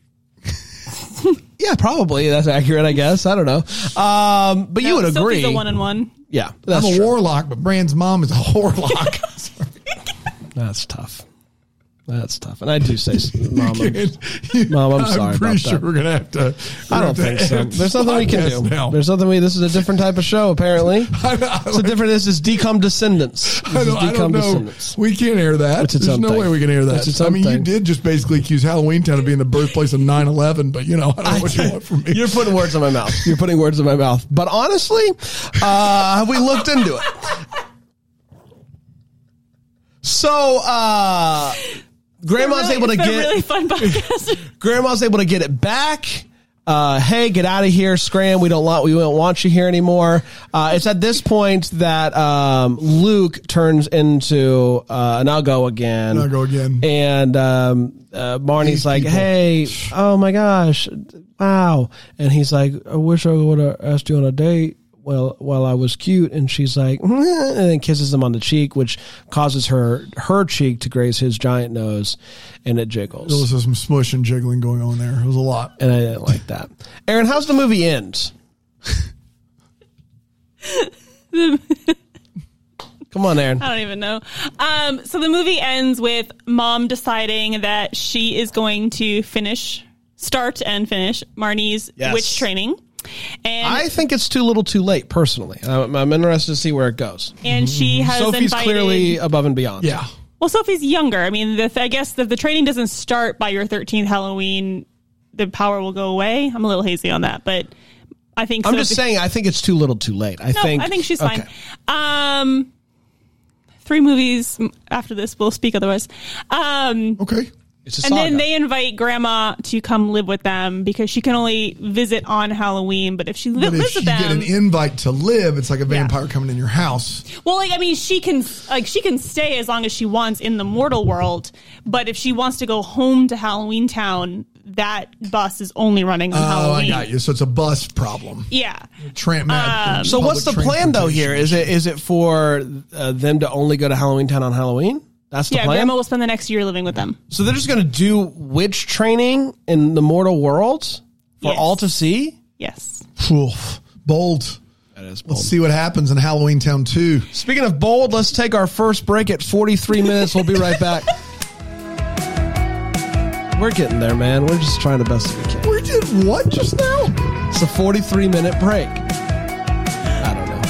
Speaker 2: Yeah, probably that's accurate. I guess I don't know. Um, but you would agree.
Speaker 3: Sophie's a one and one.
Speaker 2: yeah, that's
Speaker 4: I'm a
Speaker 2: true.
Speaker 4: warlock, but Brand's mom is a warlock.
Speaker 2: that's tough. That's tough. And I do say, Mama. Mom, I'm sorry about
Speaker 4: pretty sure
Speaker 2: that.
Speaker 4: we're gonna have to.
Speaker 2: I don't think so. There's nothing we can do.
Speaker 4: Now.
Speaker 2: There's nothing we. This is a different type of show. Apparently,
Speaker 4: I, don't-
Speaker 2: it's a different. This is decom descendants. This
Speaker 4: I
Speaker 2: is
Speaker 4: don't, I don't
Speaker 2: decom
Speaker 4: know.
Speaker 2: descendants.
Speaker 4: We can't air that.
Speaker 2: It's its
Speaker 4: There's
Speaker 2: own
Speaker 4: no
Speaker 2: thing.
Speaker 4: way we can air that.
Speaker 2: It's its
Speaker 4: I
Speaker 2: own
Speaker 4: mean, you
Speaker 2: thing.
Speaker 4: did just basically accuse Halloween Town of being the birthplace of 9/11, but you know, I don't know what you want from me.
Speaker 2: You're putting words in my mouth. You're putting words in my mouth. But honestly, uh, have we looked into it? So, uh, grandma's
Speaker 3: Really-
Speaker 2: able to
Speaker 3: it's
Speaker 2: get
Speaker 3: been a really fun podcast.
Speaker 2: grandma's able to get it back. Uh, hey, get out of here, Scram! We don't want we don't want you here anymore. Uh, it's at this point that um, Luke turns into uh, an Ugo again.
Speaker 4: An Uggo again.
Speaker 2: And um, uh, Barney's
Speaker 4: These
Speaker 2: like,
Speaker 4: people.
Speaker 2: "Hey, oh my gosh, wow!" And he's like, "I wish I would have asked you on a date." Well, while I was cute, and she's like, and then kisses him on the cheek, which causes her her cheek to graze his giant nose, and it jiggles
Speaker 4: There was some smush and jiggling going on there. It was a lot.
Speaker 2: and I didn't like that. Aaron, how's the movie end? Come on, Aaron.
Speaker 3: I don't even know. Um, so the movie ends with mom deciding that she is going to finish, start and finish Marnie's
Speaker 2: Yes.
Speaker 3: witch training. And
Speaker 2: I think it's too little, too late. Personally, I'm, I'm interested to see where it goes.
Speaker 3: and she has
Speaker 2: Mm-hmm. Sophie's
Speaker 3: invited.
Speaker 2: clearly above and beyond.
Speaker 4: Yeah.
Speaker 3: well, Sophie's younger. I mean, the, I guess the, the training doesn't start by your 13th Halloween. The power will go away. I'm a little hazy on that, but I think
Speaker 2: I'm
Speaker 3: Sophie-
Speaker 2: just saying. I think it's too little, too late. I
Speaker 3: No,
Speaker 2: think.
Speaker 3: I think she's
Speaker 2: okay.
Speaker 3: fine. Um, three movies after this. We'll speak otherwise. Um,
Speaker 4: Okay.
Speaker 2: It's a
Speaker 3: and
Speaker 2: saga.
Speaker 3: then they invite grandma to come live with them because she can only visit on Halloween. But if she li-
Speaker 4: But if
Speaker 3: lives
Speaker 4: you
Speaker 3: with
Speaker 4: get
Speaker 3: them,
Speaker 4: an invite to live, it's like a vampire coming in your house.
Speaker 3: well, like I mean, she can like she can stay as long as she wants in the mortal world. But if she wants to go home to Halloween Town, that bus is only running on
Speaker 4: Oh, I
Speaker 3: Halloween.
Speaker 4: got you. So it's a bus problem.
Speaker 3: Yeah,
Speaker 4: Tramp mad.
Speaker 2: so what's the
Speaker 4: public
Speaker 2: plan though?
Speaker 4: transportation.
Speaker 2: Here is it is it for uh, them to only go to Halloween Town on Halloween? That's the
Speaker 3: yeah.
Speaker 2: plan.
Speaker 3: Grandma will spend the next year living with them.
Speaker 2: so they're just going to do witch training in the mortal world for
Speaker 3: Yes.
Speaker 2: all to see.
Speaker 3: Yes.
Speaker 4: Oof. Bold.
Speaker 2: That is
Speaker 4: Let's see what happens in Halloween Town 2.
Speaker 2: Speaking of bold, let's take our first break at 43 minutes. We'll be right back. We're getting there, man. We're just trying the best that we can.
Speaker 4: We did what just now?
Speaker 2: It's a 43 minute break. I don't know.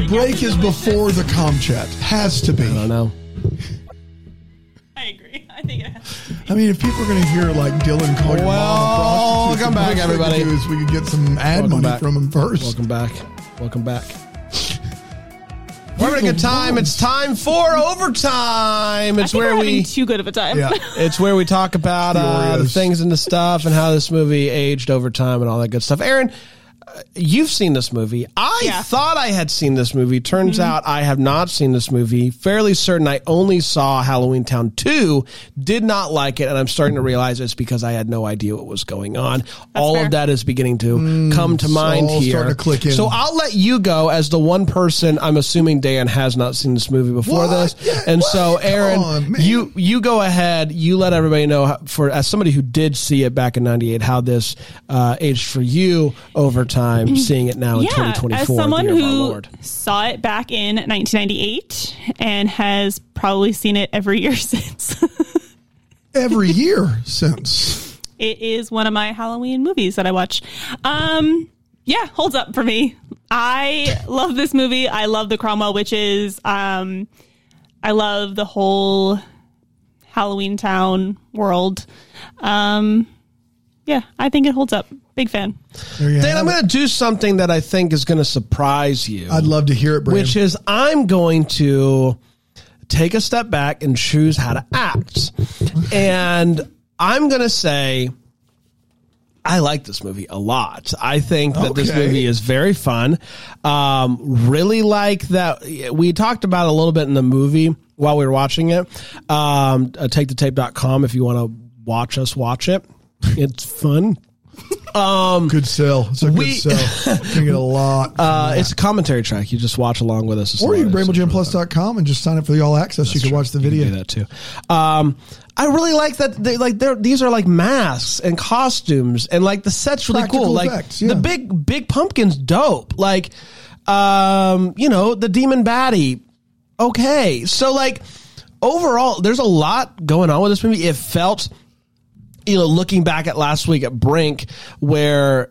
Speaker 4: The break is before the com chat. Has to be.
Speaker 2: I don't know.
Speaker 3: I agree. I think it has.
Speaker 4: I mean, if people are going to hear like Dylan call your mom a prostitute,
Speaker 2: Welcome back,
Speaker 4: the worst
Speaker 2: everybody.
Speaker 4: We could, do is we could get some ad
Speaker 2: Welcome
Speaker 4: money
Speaker 2: back.
Speaker 4: from him first.
Speaker 2: Welcome back. Welcome back. We're having a good time. It's time for overtime. It's
Speaker 3: I think
Speaker 2: where
Speaker 3: we're having
Speaker 2: we
Speaker 3: too good of a time.
Speaker 4: Yeah.
Speaker 2: It's where we talk about uh, the
Speaker 4: Furious.
Speaker 2: things and the stuff and how this movie aged over time and all that good stuff. Aaron, uh, you've seen this movie. I
Speaker 3: Yeah. Mm-hmm.
Speaker 2: thought I had seen this movie. Turns out I have not seen this movie. Fairly certain I only saw Halloween Town 2, did not like it, and I'm starting to realize it's because I had no idea what was going on. all
Speaker 3: fair.
Speaker 2: of that is beginning to come to mind
Speaker 4: Mm, all
Speaker 2: here.
Speaker 4: starting to click in.
Speaker 2: So I'll let you go as the one person I'm assuming Dan has not seen this movie before
Speaker 4: What?
Speaker 2: this. And so
Speaker 4: What? Come
Speaker 2: Aaron,
Speaker 4: on, man.
Speaker 2: you you go ahead. You let everybody know how, for as somebody who did see it back in '98, how this uh, aged for you over time, seeing it now in
Speaker 3: Mm-hmm. yeah,
Speaker 2: 2024.
Speaker 3: as
Speaker 2: the
Speaker 3: someone
Speaker 2: year of our
Speaker 3: who
Speaker 2: Lord.
Speaker 3: saw it back in 1998 and has probably seen it every year since,
Speaker 4: every year since.
Speaker 3: it is one of my Halloween movies that I watch. Um, yeah, holds up for me. I love this movie. I love the Cromwell witches. Um, I love the whole Halloween Town world. Um, yeah, I think it holds up. Big fan.
Speaker 4: There you
Speaker 2: then
Speaker 4: have
Speaker 2: I'm
Speaker 4: it.
Speaker 2: going to do something that I think is going to surprise you,
Speaker 4: I'd love to hear it, Brian.
Speaker 2: which is I'm going to take a step back and choose how to act, and I'm going to say. I like this movie a lot. I think that this
Speaker 4: Okay.
Speaker 2: movie is very fun. Um, really like that. We talked about it a little bit in the movie while we were watching it. Um, uh, take the tape.com if you want to watch us watch it. It's fun.
Speaker 4: good sell. It's a
Speaker 2: we-
Speaker 4: good sell. You can get a lot. from
Speaker 2: Uh, It's a commentary track. You just watch along with us. It's a
Speaker 4: or you
Speaker 2: lot
Speaker 4: can
Speaker 2: of-
Speaker 4: BrambleJamPlus.com and just sign up for the all access. You can watch the
Speaker 2: You
Speaker 4: video.
Speaker 2: can do that too. Um, I really like that. They, like they're, these are like masks and costumes, and like the sets really
Speaker 4: Practical
Speaker 2: cool. Like
Speaker 4: effects, yeah.
Speaker 2: the big big pumpkin's dope. Like, um, you know, the demon baddie. Okay, so like overall, there's a lot going on with this movie. It felt, you know, looking back at last week at Brink, where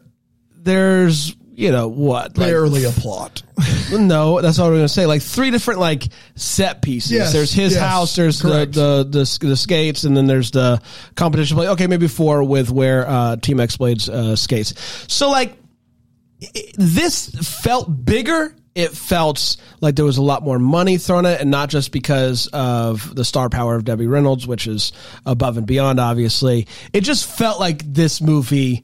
Speaker 2: there's you know what like
Speaker 4: Barely a plot.
Speaker 2: no, that's all we're gonna say. Like three different like set pieces.
Speaker 4: Yes,
Speaker 2: there's his
Speaker 4: yes,
Speaker 2: house. There's the,
Speaker 4: correct.
Speaker 2: the the the skates, and then there's the competition play. Okay, maybe four with where uh, Team X Blades uh, skates. So like it- this felt bigger. It felt like there was a lot more money thrown at it, and not just because of the star power of Debbie Reynolds, which is above and beyond, obviously. It just felt like this movie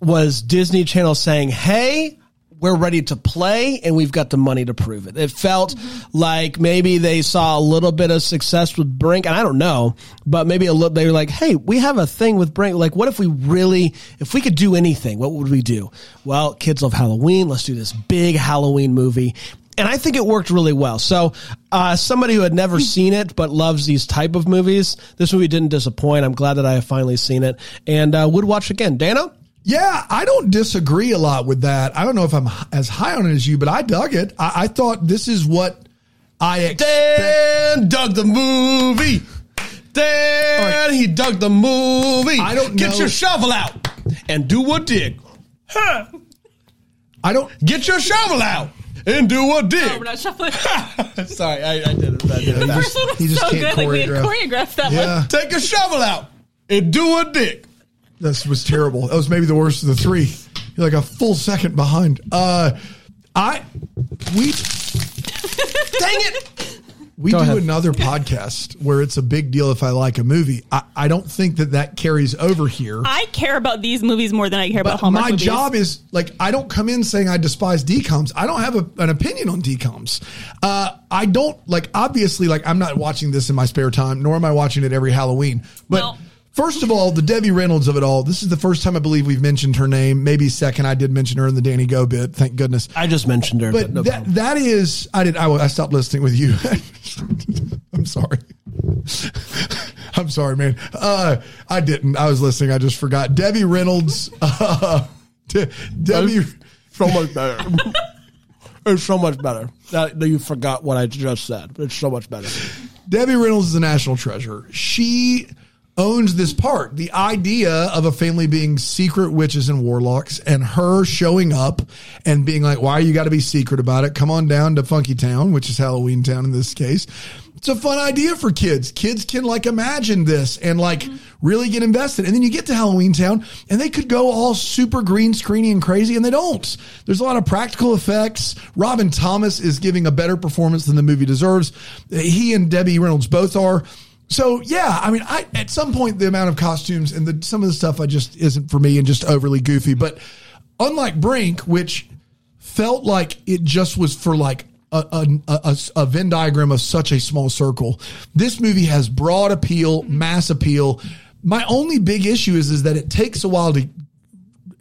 Speaker 2: was Disney Channel saying, "Hey, we're ready to play, and we've got the money to prove it." It felt like maybe they saw a little bit of success with Brink, and I don't know, but maybe a little. They were like, "Hey, we have a thing with Brink. Like, what if we really, if we could do anything, what would we do?" Well, kids love Halloween. Let's do this big Halloween movie. And I think it worked really well. So, uh, somebody who had never seen it but loves these type of movies, this movie didn't disappoint. I'm glad that I have finally seen it and uh, would watch again. Dana,
Speaker 4: Yeah, I don't disagree a lot with that. I don't know if I'm h- as high on it as you, but I dug it. I, I thought this is what I expect.
Speaker 2: Dan dug the movie. Dan,
Speaker 4: All right.
Speaker 2: he dug the movie.
Speaker 4: I don't
Speaker 2: get
Speaker 4: know-
Speaker 2: your shovel out and do a dig.
Speaker 4: I don't.
Speaker 2: Get your shovel out and do a
Speaker 3: Oh,
Speaker 2: dig.
Speaker 3: shuffling.
Speaker 2: Sorry, I, I did it. I did it.
Speaker 4: He just, he just can't choreograph.
Speaker 3: choreographed that
Speaker 4: yeah,
Speaker 2: Take your shovel out and do a dig.
Speaker 4: this was terrible. That was maybe the worst of the three. You're like a full second behind. Uh, I we
Speaker 2: Dang it!
Speaker 4: we
Speaker 2: Go
Speaker 4: do
Speaker 2: ahead.
Speaker 4: another podcast where it's a big deal if I like a movie. I, I don't think that that carries over here.
Speaker 3: I care about these movies more than I care about
Speaker 4: but
Speaker 3: Hallmark
Speaker 4: my
Speaker 3: movies.
Speaker 4: job is like I don't come in saying I despise decoms. I don't have a, an opinion on decoms. Uh, I don't like obviously like I'm not watching this in my spare time, nor am I watching it every Halloween. But
Speaker 3: No.
Speaker 4: first of all, the Debbie Reynolds of it all. This is the first time I believe we've mentioned her name. Maybe second, I did mention her in the Danny Go bit. Thank goodness.
Speaker 2: I just mentioned her,
Speaker 4: But that that is I did I, I stopped listening with you. I'm sorry. I'm sorry, man. Uh, I didn't. I was listening. I just forgot. Debbie Reynolds. Uh, De- Debbie.
Speaker 2: so much better. it's so much better. That, that you forgot what I just said. It's so much better.
Speaker 4: Debbie Reynolds is a national treasure. She owns this park. The idea of a family being secret witches and warlocks and her showing up and being like, why you got to be secret about it? Come on down to Funky Town, which is Halloween Town in this case. It's a fun idea for kids. Kids can like imagine this and like really get invested. And then you get to Halloween Town and they could go all super green screeny and crazy and they don't. There's a lot of practical effects. Robin Thomas is giving a better performance than the movie deserves. He and Debbie Reynolds both are. So yeah, I mean, I at some point the amount of costumes and the some of the stuff I just isn't for me and just overly goofy, but unlike Brink, which felt like it just was for like a, a- a- a- a Venn diagram of such a small circle. This movie has broad appeal, mass appeal. My only big issue is is that it takes a while to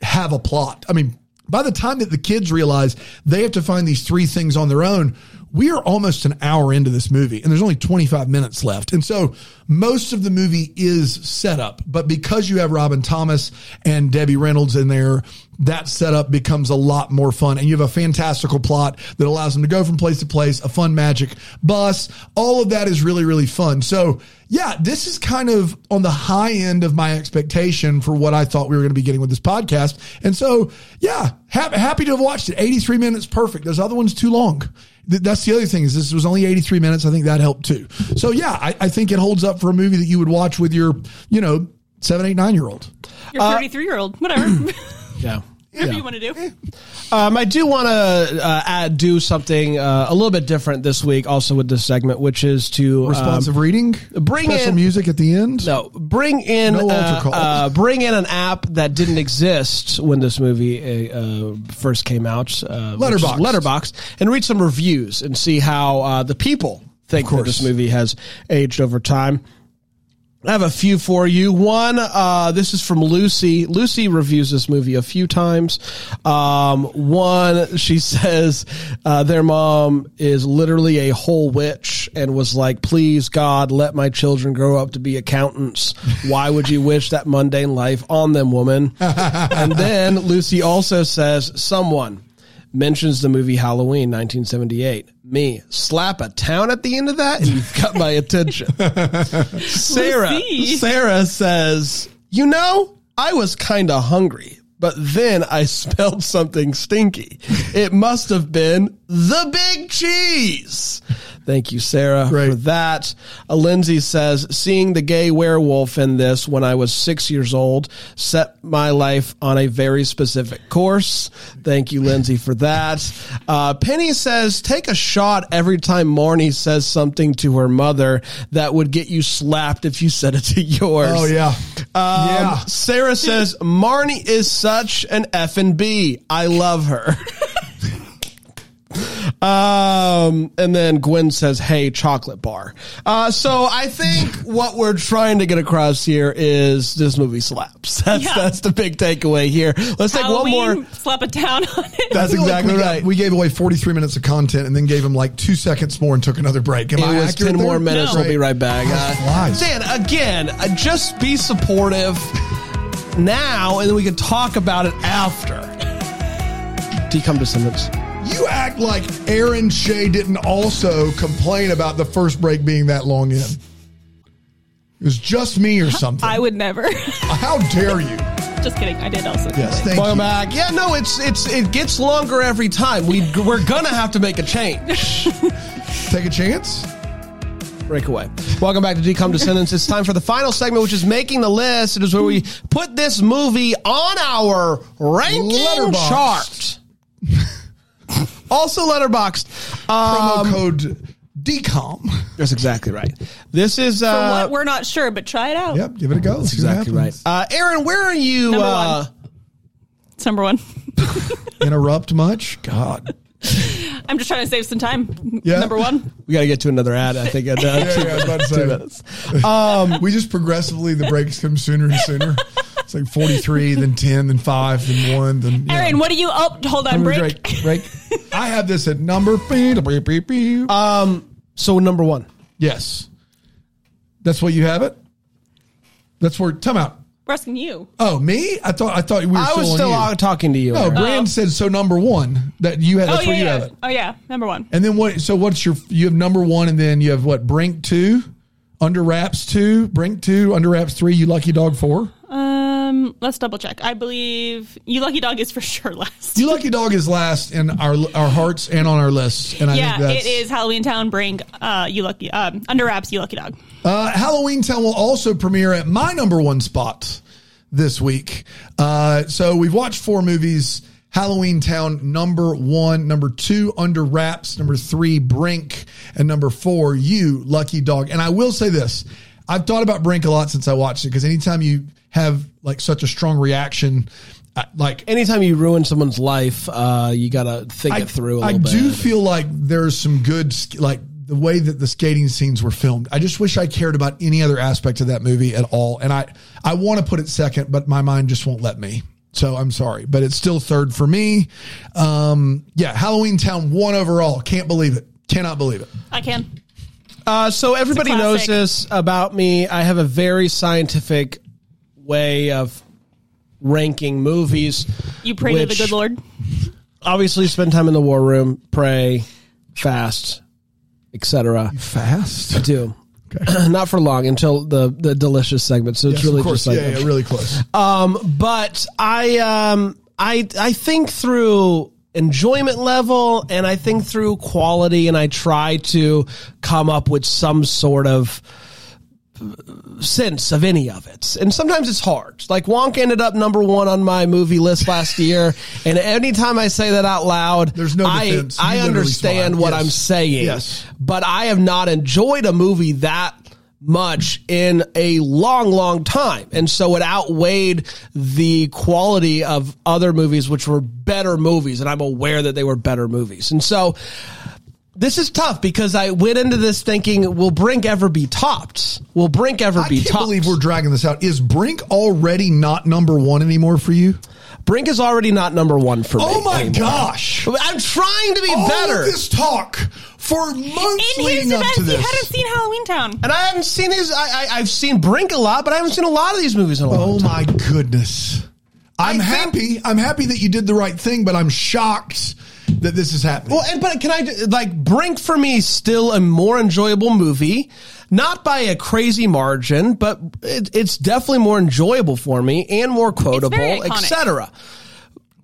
Speaker 4: have a plot. I mean, by the time that the kids realize they have to find these three things on their own, we are almost an hour into this movie and there's only 25 minutes left. And so most of the movie is set up, but because you have Robin Thomas and Debbie Reynolds in there, that setup becomes a lot more fun. And you have a fantastical plot that allows them to go from place to place, a fun magic bus. All of that is really, really fun. So yeah, this is kind of on the high end of my expectation for what I thought we were going to be getting with this podcast. And so, yeah, ha- happy to have watched it. 83 minutes, perfect. Those other one's too long. Th- that's the other thing is this was only 83 minutes. I think that helped too. So yeah, I, I think it holds up for a movie that you would watch with your, you know, seven, eight, nine year old.
Speaker 3: You're
Speaker 4: uh,
Speaker 3: 33 year old, whatever. Whatever
Speaker 2: Yeah.
Speaker 3: you want to do.
Speaker 2: Um, I do want to uh, add, do something uh, a little bit different this week, also with this segment, which is to um,
Speaker 4: Responsive reading,
Speaker 2: bring
Speaker 4: special
Speaker 2: in-
Speaker 4: music at the end.
Speaker 2: No, bring in
Speaker 4: No altar
Speaker 2: uh,
Speaker 4: call.
Speaker 2: uh, bring in an app that didn't exist when this movie uh, uh, first came out. Uh, which is
Speaker 4: Letterboxd.
Speaker 2: Letterboxd, and read some reviews and see how uh, the people think that this movie has aged over time. I have a few for you. One, uh, this is from Lucy. Lucy reviews this movie a few times. Um, one, she says uh, their mom is literally a whole witch and was like, "Please God, let my children grow up to be accountants. Why would you wish that mundane life on them, woman?" and then Lucy also says, "Someone." Mentions the movie Halloween 1978. Me, slap a town at the end of that, and you've got my attention. Sarah
Speaker 3: Lucy.
Speaker 2: Sarah says, "You know, I was kind of hungry, but then I smelled something stinky. It must have been the big cheese." Thank you, Sarah,
Speaker 4: Great.
Speaker 2: for that. Uh, Lindsay says, "Seeing the gay werewolf in this when I was 6 years old set my life on a very specific course." Thank you, Lindsay, for that. Uh, Penny says, "Take a shot every time Marnie says something to her mother that would get you slapped if you said it to yours.
Speaker 4: Oh yeah.
Speaker 2: Um,
Speaker 4: yeah.
Speaker 2: Sarah says Marnie is such an F and B. I love her. um, and then Gwen says, "Hey, chocolate bar." Uh, so I think what we're trying to get across here is this movie slaps. That's
Speaker 3: Yeah.
Speaker 2: that's the big takeaway here. Let's take
Speaker 3: Halloween,
Speaker 2: one more.
Speaker 3: slap a town on it.
Speaker 2: That's
Speaker 4: I feel like
Speaker 2: exactly
Speaker 4: we got-
Speaker 2: right.
Speaker 4: we gave away 43 minutes of content and then gave him like two seconds more and took another break. Am
Speaker 2: It
Speaker 4: I
Speaker 2: was
Speaker 4: accurate
Speaker 2: 10 more
Speaker 4: there? Oh,
Speaker 2: minutes.
Speaker 3: No.
Speaker 2: We'll be right back. Uh,
Speaker 4: Lies.
Speaker 2: Dan, again, uh, just be supportive now, and then we can talk about it after. Decom Descendants.
Speaker 4: You act like Aaron Shea didn't also complain about the first break being that long in. It was just me or something.
Speaker 3: I would never.
Speaker 4: How dare you?
Speaker 3: Just kidding. I did also.
Speaker 4: Yes, thank
Speaker 2: Welcome
Speaker 4: you.
Speaker 2: back. Yeah, no, it's it's it gets longer every time. We we're gonna have to make a change.
Speaker 4: Take a chance.
Speaker 2: Breakaway. Welcome back to Decom Descendants. It's time for the final segment, which is making the list. It is where we put this movie on our ranking
Speaker 4: Letterboxd.
Speaker 2: chart. also letterboxed.
Speaker 4: Promo
Speaker 2: Um,
Speaker 4: code DECOM.
Speaker 2: That's exactly right. This is
Speaker 3: For
Speaker 2: uh,
Speaker 3: what we're not sure, but try it out.
Speaker 4: Yep, give it a go. That's
Speaker 2: exactly right. Uh, Aaron, where are you?
Speaker 3: Number
Speaker 2: Uh,
Speaker 3: It's number one.
Speaker 4: Interrupt much? God.
Speaker 3: I'm just trying to save some time.
Speaker 4: Yeah.
Speaker 3: Number one.
Speaker 2: we got to get to another ad. I think. Uh,
Speaker 4: Yeah, yeah, I was about to say.
Speaker 2: Um,
Speaker 4: we just progressively, the breaks come sooner and sooner. It's like 43, then 10, then 5, then 1, then. yeah.
Speaker 3: Aaron, what do you? Oh, hold on.
Speaker 4: Number
Speaker 3: Break.
Speaker 4: Drake, Drake. I have this at number. Uh,
Speaker 2: So number one.
Speaker 4: yes, that's what you have it. That's where. Time out.
Speaker 3: We're asking you.
Speaker 4: Oh, me? I thought I thought we were.
Speaker 2: I
Speaker 4: still
Speaker 2: was
Speaker 4: on
Speaker 2: still
Speaker 4: you.
Speaker 2: out talking to you.
Speaker 4: No,
Speaker 2: Aaron.
Speaker 4: Brand
Speaker 3: Oh.
Speaker 4: said so. Number one that you had. That's
Speaker 3: oh
Speaker 4: where
Speaker 3: yeah.
Speaker 4: you
Speaker 3: yeah.
Speaker 4: have it.
Speaker 3: Oh yeah. Number one.
Speaker 4: And then what? So what's your? You have number one, and then you have what? Brink two, under wraps two, Brink two, under wraps three. You lucky dog four.
Speaker 3: Um, let's double check. I believe you lucky dog is for sure last.
Speaker 4: You lucky dog is last in our our hearts and on our lists. And I think
Speaker 3: yeah,
Speaker 4: that's,
Speaker 3: it is Halloween Town. Bring uh, you lucky um under wraps. You lucky dog.
Speaker 4: Uh, Halloween Town will also premiere at my number one spot this week. Uh, so we've watched four movies. Halloween Town number one, number two, Under Wraps, number three, Brink, and number four, You Lucky Dog. And I will say this I've thought about Brink a lot since I watched it because anytime you have like such a strong reaction, I- like
Speaker 2: Anytime you ruin someone's life, uh, you gotta think it through a little
Speaker 4: I
Speaker 2: bit.
Speaker 4: do feel like there's some good, sk- like the way that the skating scenes were filmed. I just wish I cared about any other aspect of that movie at all. And I, I want to put it second, but my mind just won't let me. So I'm sorry, but it's still third for me. Um, yeah, Halloween Town one overall. Can't believe it. Cannot believe it.
Speaker 3: I can.
Speaker 2: Uh, so everybody
Speaker 3: It's a
Speaker 2: knows
Speaker 3: classic.
Speaker 2: this about me. I have a very scientific way of ranking movies.
Speaker 3: You pray to the
Speaker 2: which-
Speaker 3: good Lord.
Speaker 2: Obviously, spend time in the war room, pray, fast, etc.
Speaker 4: Fast.
Speaker 2: Do not for long until the the delicious segment. So it's
Speaker 4: Yes,
Speaker 2: really
Speaker 4: of course.
Speaker 2: just like
Speaker 4: yeah, yeah, really close.
Speaker 2: but I um I I think through enjoyment level and I think through quality and I try to come up with some sort of uh, sense of any of it. And sometimes it's hard. Like Wonka ended up number 1 on my movie list last year and anytime I say that out loud
Speaker 4: There's no
Speaker 2: I
Speaker 4: defense. You
Speaker 2: I
Speaker 4: literally
Speaker 2: understand
Speaker 4: smile.
Speaker 2: what
Speaker 4: Yes.
Speaker 2: I'm saying.
Speaker 4: Yes.
Speaker 2: But I have not enjoyed a movie that much in a long, long time. And so it outweighed the quality of other movies, which were better movies. And I'm aware that they were better movies. And so this is tough because I went into this thinking, will Brink ever be topped? Will Brink ever
Speaker 4: I
Speaker 2: be
Speaker 4: can't
Speaker 2: topped?
Speaker 4: believe we're dragging this out. Is Brink already not number one anymore for you?
Speaker 2: Brink is already not number one for me.
Speaker 4: Oh my
Speaker 2: anymore.
Speaker 4: gosh!
Speaker 2: I'm trying to be
Speaker 4: All
Speaker 2: better.
Speaker 4: of this talk for months
Speaker 3: In his
Speaker 4: leading up
Speaker 3: defense,
Speaker 4: to
Speaker 3: you
Speaker 4: this.
Speaker 3: hadn't seen Halloween Town.
Speaker 2: and I haven't seen these. I, I, I've seen Brink a lot, but I haven't seen a lot of these movies in a long
Speaker 4: Oh
Speaker 2: time.
Speaker 4: my goodness. I'm
Speaker 2: I
Speaker 4: happy. I'm happy that you did the right thing, but I'm shocked that this is happening.
Speaker 2: Well, and but can I do- like Brink for me is still a more enjoyable movie, not by a crazy margin, but it, it's definitely more enjoyable for me and more quotable,
Speaker 3: iconic.
Speaker 2: etc.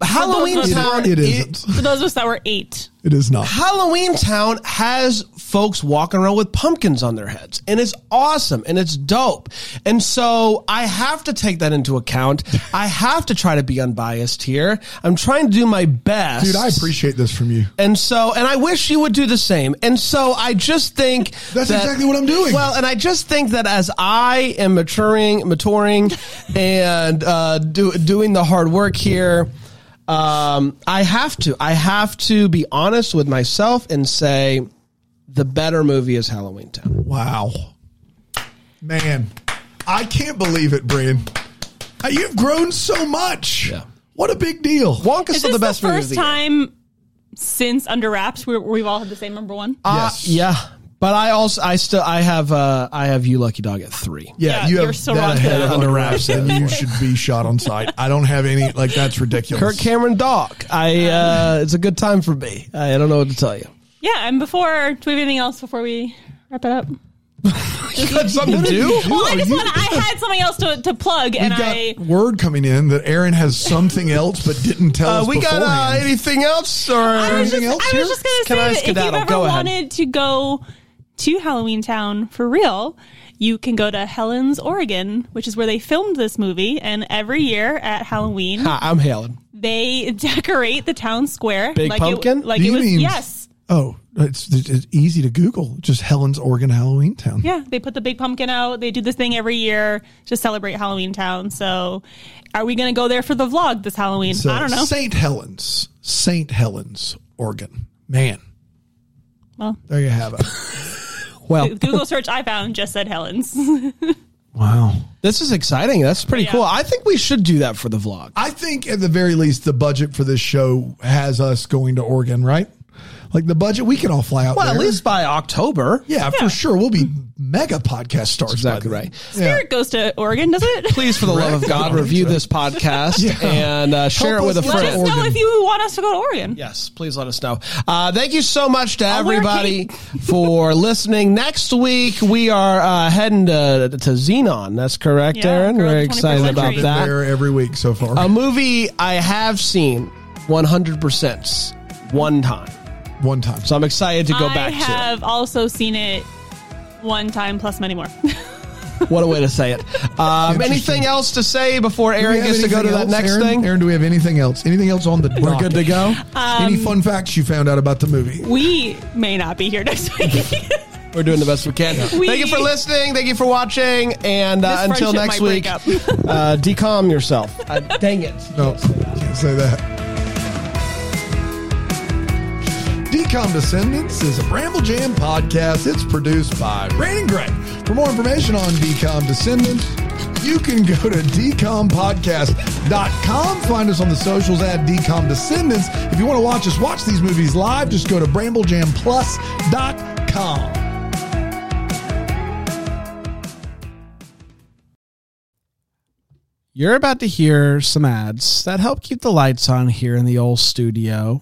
Speaker 2: Halloween
Speaker 3: It is-
Speaker 2: Town
Speaker 4: it
Speaker 2: is-
Speaker 4: isn't.
Speaker 3: For those of us that were eight,
Speaker 4: It is not.
Speaker 2: Halloween Town has folks walking around with pumpkins on their heads, and it's awesome and it's dope. And so I have to take that into account. I have to try to be unbiased here. I'm trying to do my best,
Speaker 4: Dude, I appreciate this from you.
Speaker 2: And so, and I wish you would do the same. And so, I just think
Speaker 4: That's exactly what I'm doing.
Speaker 2: Well, and I just think that as I am maturing, maturing, and uh, do, doing the hard work here, um, I have to. I have to be honest with myself and say the better movie is Halloween Town.
Speaker 4: Wow. Man, I can't believe it, Brian. Uh, You've grown so much.
Speaker 2: Yeah.
Speaker 4: What a big deal.
Speaker 2: Wonka's
Speaker 3: is
Speaker 2: still
Speaker 3: this
Speaker 2: the best
Speaker 3: the
Speaker 2: movie. of
Speaker 3: first
Speaker 2: the year.
Speaker 3: time since Under Wraps we, we've all had the same number one?
Speaker 2: Uh,
Speaker 4: Yes.
Speaker 2: yeah, but I also I still I have uh, I have you Lucky Dog at three.
Speaker 4: Yeah,
Speaker 3: Yeah,
Speaker 4: you
Speaker 3: you're
Speaker 4: have
Speaker 3: so
Speaker 4: that
Speaker 3: wrong.
Speaker 4: ahead of
Speaker 2: Under
Speaker 4: under
Speaker 2: wraps.
Speaker 4: wraps, and you should be shot on sight. I don't have any like that's ridiculous.
Speaker 2: Kirk Cameron Dog. I uh, it's a good time for me. I don't know what to tell you.
Speaker 3: yeah, and before do we have anything else before we wrap it up?
Speaker 2: got something to do?
Speaker 3: Well, I just want I had something else to, to plug,
Speaker 4: we
Speaker 3: and
Speaker 4: got
Speaker 3: I
Speaker 4: word coming in that Aaron has something else but didn't tell
Speaker 2: Uh,
Speaker 4: us.
Speaker 2: we got uh,
Speaker 4: beforehand.
Speaker 2: anything else? Or
Speaker 3: I was
Speaker 4: anything
Speaker 3: just,
Speaker 4: else
Speaker 3: I
Speaker 4: here?
Speaker 3: was just going to
Speaker 2: Can I
Speaker 3: say that if you've
Speaker 2: skedaddle?
Speaker 3: ever
Speaker 2: Go ahead.
Speaker 3: wanted to go to Halloween Town for real, you can go to Helens, Oregon, which is where they filmed this movie. And every year at Halloween,
Speaker 2: Hi, I'm Helen.
Speaker 3: they decorate the town square.
Speaker 2: Big
Speaker 3: like
Speaker 2: pumpkin?
Speaker 3: It, like
Speaker 4: Do
Speaker 3: it
Speaker 4: you
Speaker 3: was,
Speaker 4: mean-
Speaker 3: yes.
Speaker 4: Oh, it's, it's easy to Google. Just Helen's Oregon Halloween Town.
Speaker 3: Yeah, they put the big pumpkin out. They do this thing every year to celebrate Halloween Town. So, are we going to go there for the vlog this Halloween?
Speaker 4: So,
Speaker 3: I don't know.
Speaker 4: St. Helens, St. Helens, Oregon. Man.
Speaker 3: Well.
Speaker 4: there you have it.
Speaker 2: Well,
Speaker 3: Google search I found just said Helens.
Speaker 4: wow.
Speaker 2: this is exciting. That's pretty
Speaker 3: Yeah.
Speaker 2: cool. I think we should do that for the vlog.
Speaker 4: I think at the very least, the budget for this show has us going to Oregon, right? Like the budget, we can all fly out
Speaker 2: Well,
Speaker 4: there.
Speaker 2: at least by October.
Speaker 4: yeah, for sure. We'll be mega podcast stars.
Speaker 2: Exactly
Speaker 4: by then.
Speaker 2: right.
Speaker 3: Spirit goes to Oregon, does it?
Speaker 2: Please, for the love of God, review this podcast
Speaker 4: Yeah.
Speaker 2: and uh, share
Speaker 4: Help
Speaker 2: it with a
Speaker 4: us
Speaker 3: Let
Speaker 4: Right.
Speaker 3: us
Speaker 2: friend.
Speaker 4: launch-
Speaker 3: know
Speaker 4: Oregon.
Speaker 3: if you want us to go to Oregon.
Speaker 2: Yes, please let us know. Uh, thank you so much to
Speaker 3: I'll wear a
Speaker 2: everybody for listening. Next week we are uh, heading to, to Xenon. That's correct,
Speaker 3: Yeah,
Speaker 2: Aaron.
Speaker 3: Girl of
Speaker 2: We're
Speaker 3: the 21st
Speaker 2: excited about
Speaker 3: Century.
Speaker 4: Been
Speaker 2: that.
Speaker 4: there every week so far.
Speaker 2: A movie I have seen 100% one time.
Speaker 4: One time.
Speaker 2: So I'm excited to go
Speaker 3: I
Speaker 2: back
Speaker 3: have also seen it one time plus many more.
Speaker 2: to it. What a way to say it. Um,
Speaker 4: Interesting.
Speaker 2: anything else to say before
Speaker 4: Do we
Speaker 2: Aaron
Speaker 4: have
Speaker 2: gets to go to
Speaker 4: anything
Speaker 2: that
Speaker 4: else,
Speaker 2: next
Speaker 4: Aaron?
Speaker 2: thing?
Speaker 4: Aaron, do we have anything else? Anything else on the? We're
Speaker 2: good to go? Um,
Speaker 4: Any fun facts you found out about the movie?
Speaker 3: we may not be here next week.
Speaker 2: We're doing the best we can.
Speaker 3: We-
Speaker 2: Thank you for listening. Thank you for watching. And uh,
Speaker 3: This
Speaker 2: until next
Speaker 3: friendship might
Speaker 2: week,
Speaker 3: break
Speaker 2: uh,
Speaker 3: up.
Speaker 2: decom yourself. Uh, dang it.
Speaker 4: No, can't say that. Decom Descendants is a Bramble Jam podcast. It's produced by Brandon Gray. For more information on Decom Descendants, you can go to decompodcast.com. Find us on the socials at Decom Descendants. If you want to watch us watch these movies live, just go to bramblejamplus.com.
Speaker 1: You're about to hear some ads that help keep the lights on here in the old studio.